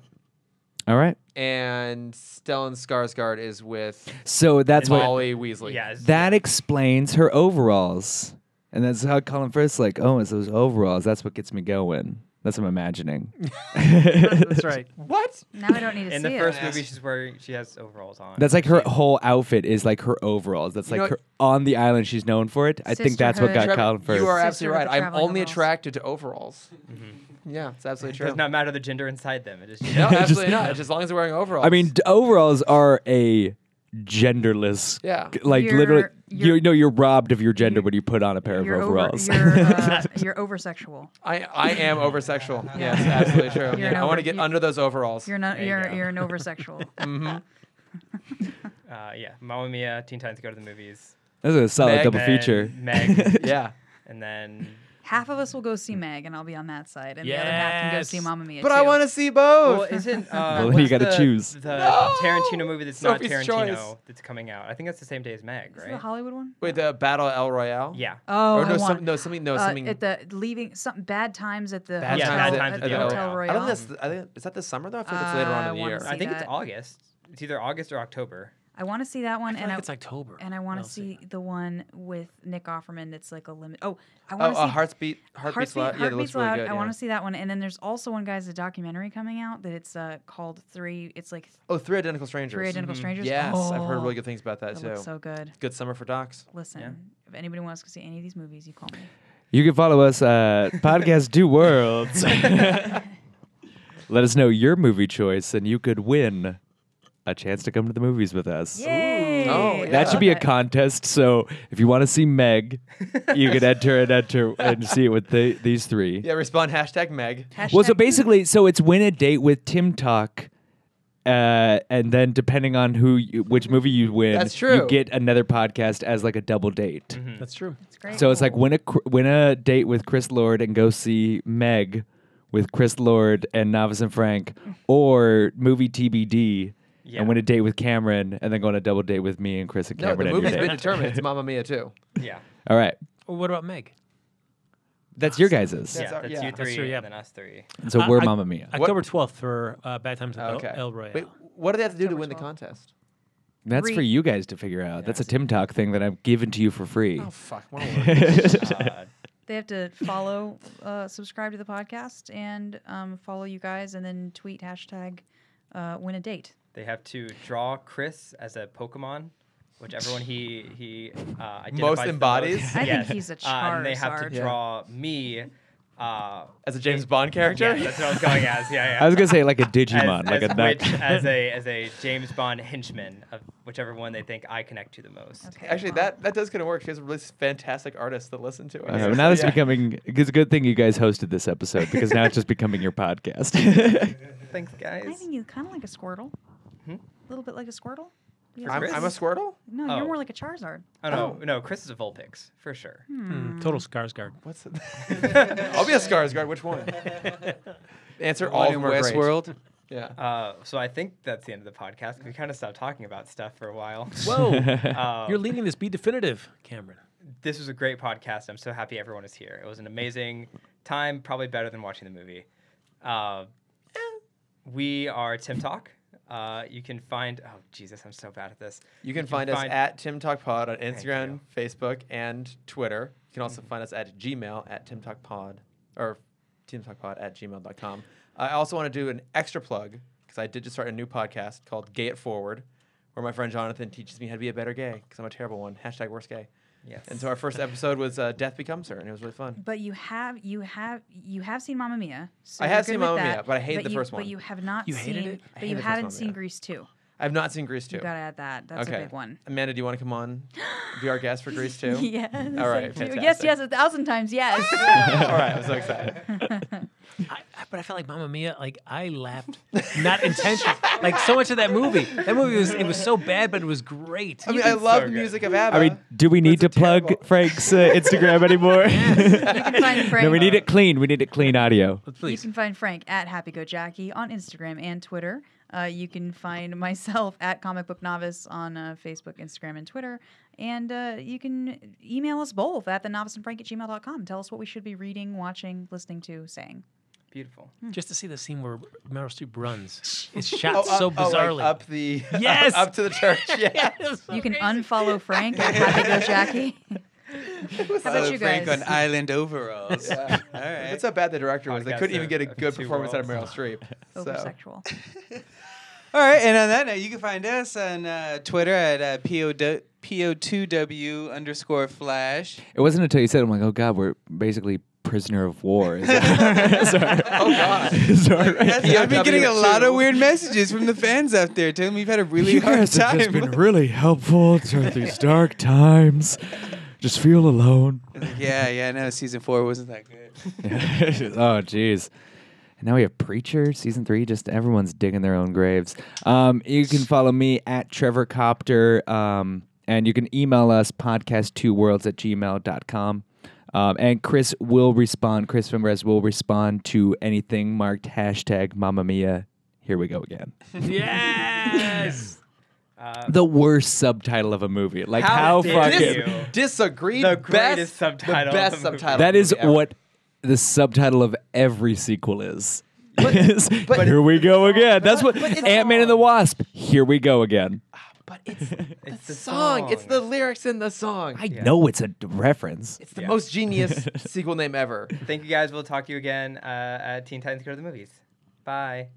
F: All right.
A: and Stellan Skarsgård is with
F: So that's what
A: Molly Weasley.
B: Yeah, it's-
F: that explains her overalls, and that's how Colin Firth's like, oh, it's those overalls. That's what gets me going. That's what I'm imagining.
A: That's right. [laughs] What?
C: Now I don't need
B: [laughs]
C: to
B: In
C: see
B: the first
C: it.
B: movie, she's wearing she has overalls on.
F: That's like her whole outfit is like her overalls. That's
A: You know
F: like
A: what-
F: her, on the island she's known for it. I think that's what got
C: Sisterhood.
F: Colin
A: Trevor,
F: first.
A: you are
C: Sister
A: absolutely
C: with
A: right.
C: the
A: I'm
C: traveling
A: only
C: overalls.
A: attracted to overalls. Yeah, it's absolutely
B: It
A: true.
B: does not matter the gender inside them. It is
A: no, [laughs]
F: Just-
A: absolutely not. Just as long as they're wearing overalls.
F: I mean, d- overalls are a genderless.
A: Yeah.
F: g- Like
C: You're-
F: literally,
C: you're-
F: you know, you're robbed of your gender when you put on a pair
C: You're
F: of
C: over,
F: overalls. [laughs]
C: you're, uh, you're over sexual.
A: I, I
C: [laughs]
A: am over sexual. Yes, absolutely true.
C: You're an
A: I want
C: over-
A: to get
C: you-
A: under those overalls. Mm-hmm.
C: You're not.
B: There you
C: You're
B: go.
C: you are an over sexual.
B: Uh, yeah, Mamma Mia, Teen Titans Go to the Movies,
F: That's a solid
A: Meg-
F: double
B: then
F: feature.
A: [laughs]
B: Meg,
A: [laughs]
C: [laughs]
A: yeah.
B: and then
C: half of us will go see Meg, and I'll be on that side, and the other half can go
E: Yes.
C: see Mamma Mia.
A: But I want to see both. [laughs]
B: well, isn't uh,
F: Well, you
B: what's
F: gotta
B: the-
F: choose.
B: the
A: No!
B: Tarantino movie that's
A: Sophie's
B: not Tarantino
A: Choice.
B: that's coming out? I think that's the same day as Meg,
C: Is it the
B: right?
C: Hollywood one?
A: Wait, the Battle at El Royale?
B: Yeah,
C: Oh,
A: or no,
C: I
A: some-
C: want.
A: no, something, no,
C: uh,
A: something.
C: at the leaving some bad times at the
A: Bad
B: Yeah,
C: hotel,
B: Bad
A: at-
B: Times
A: at
C: at the
A: El-
C: hotel
A: I
C: Royale.
A: don't think that's. I think, is that this summer though? I feel like it's later on
C: Uh, I
A: in the
C: wanna
A: year.
C: see
B: I think it's
C: that.
B: August. It's either August or October.
C: I want to see that one,
E: I feel
C: and
E: like
C: I
E: it's October.
C: and I want
E: I'll
C: to see
E: it.
C: the one with Nick Offerman. That's like a limit. Oh, I
A: Oh,
C: want to
A: uh,
C: see
A: heartbeat, heartbeat,
C: Heartbeat-
A: yeah, that looks
C: Heartbeat's
A: really
C: Loud,
A: good.
C: I want to see that one. And then there's also one guy's a documentary coming out that it's uh, called Three. It's like
A: Oh, Three Identical Strangers. Mm-hmm.
C: Three Identical Strangers.
A: Yes, I've heard
C: Oh,
A: really good things about that,
C: That
A: too.
C: looks so good.
A: Good summer for docs.
C: Listen, if anybody wants to see any of these movies, you call me.
F: You can follow us at Podcast Two
A: [laughs]
F: Worlds. Let us know your movie choice, and you could win a chance to come to the movies with us.
C: Yay!
A: Oh, yeah.
F: [laughs] That should be a
C: Okay.
F: contest. So if you want to see Meg,
A: [laughs]
F: you could enter and enter and see it with the, these three.
A: Yeah, respond hashtag Meg.
F: Well, so
C: Hashtag-
F: basically, so it's win a date with Tim Talk, uh, and then depending on who, you, which movie you win,
A: That's true. Mm-hmm.
F: You get another podcast as like a double date.
E: That's true.
C: It's great.
F: So it's like win a cr- win a date with Chris Lord and go see Meg with Chris Lord and Novice and Frank, or movie TBD.
B: Yeah.
F: And win a date with Cameron, and then go on a double date with me and Chris and
A: No, the
F: Cameron. every
A: movie's
F: day.
A: been determined. It's Mamma Mia too.
B: Yeah,
F: All right,
E: Well, what about Meg?
F: that's your guys's.
A: That's
B: yeah,
A: our-
B: that's
A: yeah.
B: you
A: That's
B: three,
E: true, yeah.
B: and then us three.
F: So
E: I-
F: we're
E: I-
F: Mamma Mia.
E: October 12th for uh, Bad Times at
A: Okay.
E: El, El Royale.
A: Wait, what do they have to do to
C: October
A: win the
C: 12th.
A: contest?
F: That's for
C: Re-
F: you guys to figure out. That's a Tim Talk thing that I've given to you for free.
A: Oh fuck! [laughs] what a word.
B: Uh, [laughs]
C: they have to follow, uh, subscribe to the podcast, and um, follow you guys, and then tweet hashtag uh, win a date.
B: They have to draw Chris as a Pokemon, whichever one he he uh, identifies
A: Most
B: the
A: embodies?
B: most.
C: I think
B: Yes.
C: he's a
B: Uh, and they have to
C: Charizard.
A: Yeah.
B: draw me. Uh,
A: As a James Bond character? [laughs]
B: yeah, that's what I was going as. Yeah, yeah.
F: I was gonna say like a
B: as,
F: Digimon,
B: as
F: like a
B: which,
F: Mac- [laughs]
B: as a as a James Bond henchman of whichever one they think I connect to the most.
C: Okay.
A: Actually,
C: wow.
A: that, that does kind of work. She has a really fantastic artist that listen to it. [laughs]
F: I don't know, Uh, now this
A: Yeah.
F: is becoming. It's a good thing you guys hosted this episode because now it's just becoming your podcast. [laughs]
B: Thanks, guys.
C: I think you kind of like a Squirtle,
B: Hmm?
C: a little bit like a Squirtle. You
A: I'm,
C: guys-
A: I'm a Squirtle?
C: no,
B: Oh.
C: you're more like a Charizard.
B: oh no, no, Chris is a Vulpix for sure.
C: Hmm.
E: Mm, total Skarsgård.
A: [laughs] What's it? I'll be a Skarsgård. Which one? [laughs] Answer all
D: One
A: of
D: in
A: them are great.
D: Westworld.
A: Yeah.
B: [laughs] Uh, so I think that's the end of the podcast. We kind of stopped talking about stuff for a
C: [laughs]
B: while.
E: [laughs] Whoa.
B: Uh,
E: You're leading this. Be definitive, Cameron.
B: this was a great podcast. I'm so happy everyone is here. It was an amazing time, probably better than watching the movie. Uh, we are Tim Talk. Uh, you can find, oh, Jesus, I'm so bad at this.
A: You can find us
B: find-
A: at Tim Talk Pod on Instagram,
B: you.
A: Facebook, and Twitter. You can also find us at Gmail at Tim Talk Pod or Tim Talk Pod at gmail.com. I also want to do an extra plug because I did just start a new podcast called Gay It Forward, where my friend Jonathan teaches me how to be a better gay because I'm a terrible one. Hashtag worst gay.
B: Yes.
A: And so our first episode was uh, Death Becomes Her, and it was really fun.
C: But you have you have you have seen Mamma Mia. So
A: I
C: you're
A: have
C: good
A: seen
C: with
A: Mamma Mia,
C: that,
A: but I hated the
C: you-
A: first one.
C: But you have not
E: You
C: seen.
E: hated it?
A: I
C: But
A: hated
C: you
A: the first
C: haven't
A: Mamma
C: seen
A: Mia.
C: Grease two.
A: I've not seen Grease 2.
C: You gotta add that. That's a big one.
A: Amanda, do you want to come
C: [gasps]
A: on? Be our guest for Grease 2?
C: [laughs] Yes.
A: All right,
C: I do. Yes,
A: fantastic.
C: yes, a thousand times yes.
A: [laughs] All right, I'm so excited.
E: I, I, but I felt like Mamma Mia. Like I laughed, [laughs] not intentionally. like so much of that movie. That movie was it was so bad, but it was great.
A: I mean, I love the
B: good.
A: music of ABBA.
F: I mean, do we need
A: That's a
F: to plug
A: terrible-
F: Frank's uh, Instagram anymore?
C: you can
F: [laughs]
C: find
A: [laughs]
C: Frank.
F: no, we need it clean. We need it clean audio.
C: You
E: Please.
C: can find Frank at Happy Go Jackie on Instagram and Twitter. Uh, you can find [laughs] myself at Comic Book Novice on uh, Facebook, Instagram, and Twitter. And uh, you can email us both at the novice and frank at gmail.com. Tell us what we should be reading, watching, listening to, saying.
B: Beautiful.
E: Just to see the scene where Meryl
A: [laughs]
E: Streep runs. It's shot
A: Oh,
E: so
A: up- oh, like,
E: bizarrely. [laughs]
A: up the [laughs]
E: Yes!
A: up to the church. Yeah.
E: It was so
C: You can
E: crazy.
D: [laughs]
C: unfollow Frank at Happy Go Jackie. How about
D: Follow
C: you
D: Frank
C: guys?
D: on island overalls.
A: Yeah.
D: All right.
A: That's how bad the director was. They couldn't even
B: Podcast
A: get a
B: of
A: good
B: two
A: performance out of Meryl
C: [laughs]
A: Streep. So.
C: Oversexual.
D: All right, and on that note, you can find us on uh, Twitter at uh, PO PO2W underscore flash.
F: It wasn't until you said, "I'm like, oh god, we're basically prisoner of war." Is that- [laughs] Sorry.
A: Oh,
F: [laughs]
A: God.
F: Is that right?
D: That's- I've been getting a lot of
A: POW2.
D: weird messages from the fans out there telling me we've had a really
F: you
D: hard
F: guys
D: time.
F: have just been really helpful during these dark times. Just feel alone.
D: [laughs] yeah, yeah, no, season four wasn't that good.
F: [laughs] oh, jeez. And now we have Preacher season three. Just everyone's digging their own graves. Um, you can follow me at Trevor Copter. Um, and you can email us podcast2worlds at gmail.com. Um, and Chris will respond. Chris Femrez will respond to anything marked hashtag Mamma Mia. Here we go
B: [laughs]
F: again.
E: Yes.
F: The worst subtitle of a movie. Like
B: How
F: how,
B: dare
F: fucking
B: you.
A: Disagreed.
B: The
A: best,
B: greatest
A: The
B: subtitle
A: best
B: of the movie.
A: subtitle.
F: That is
A: ever.
F: what the subtitle of every sequel is.
A: But-
F: [laughs] Is,
A: but-
F: here we go again. That's what
A: but it's-
F: Ant Man and the Wasp. Here we go again.
A: But it's
B: It's
A: the song. It's the lyrics in the song.
F: I know it's a d- reference.
A: it's the
B: Yeah.
A: most genius sequel name ever.
B: Thank you guys. We'll talk to you again uh, at Teen Titans Go to the Movies. Bye.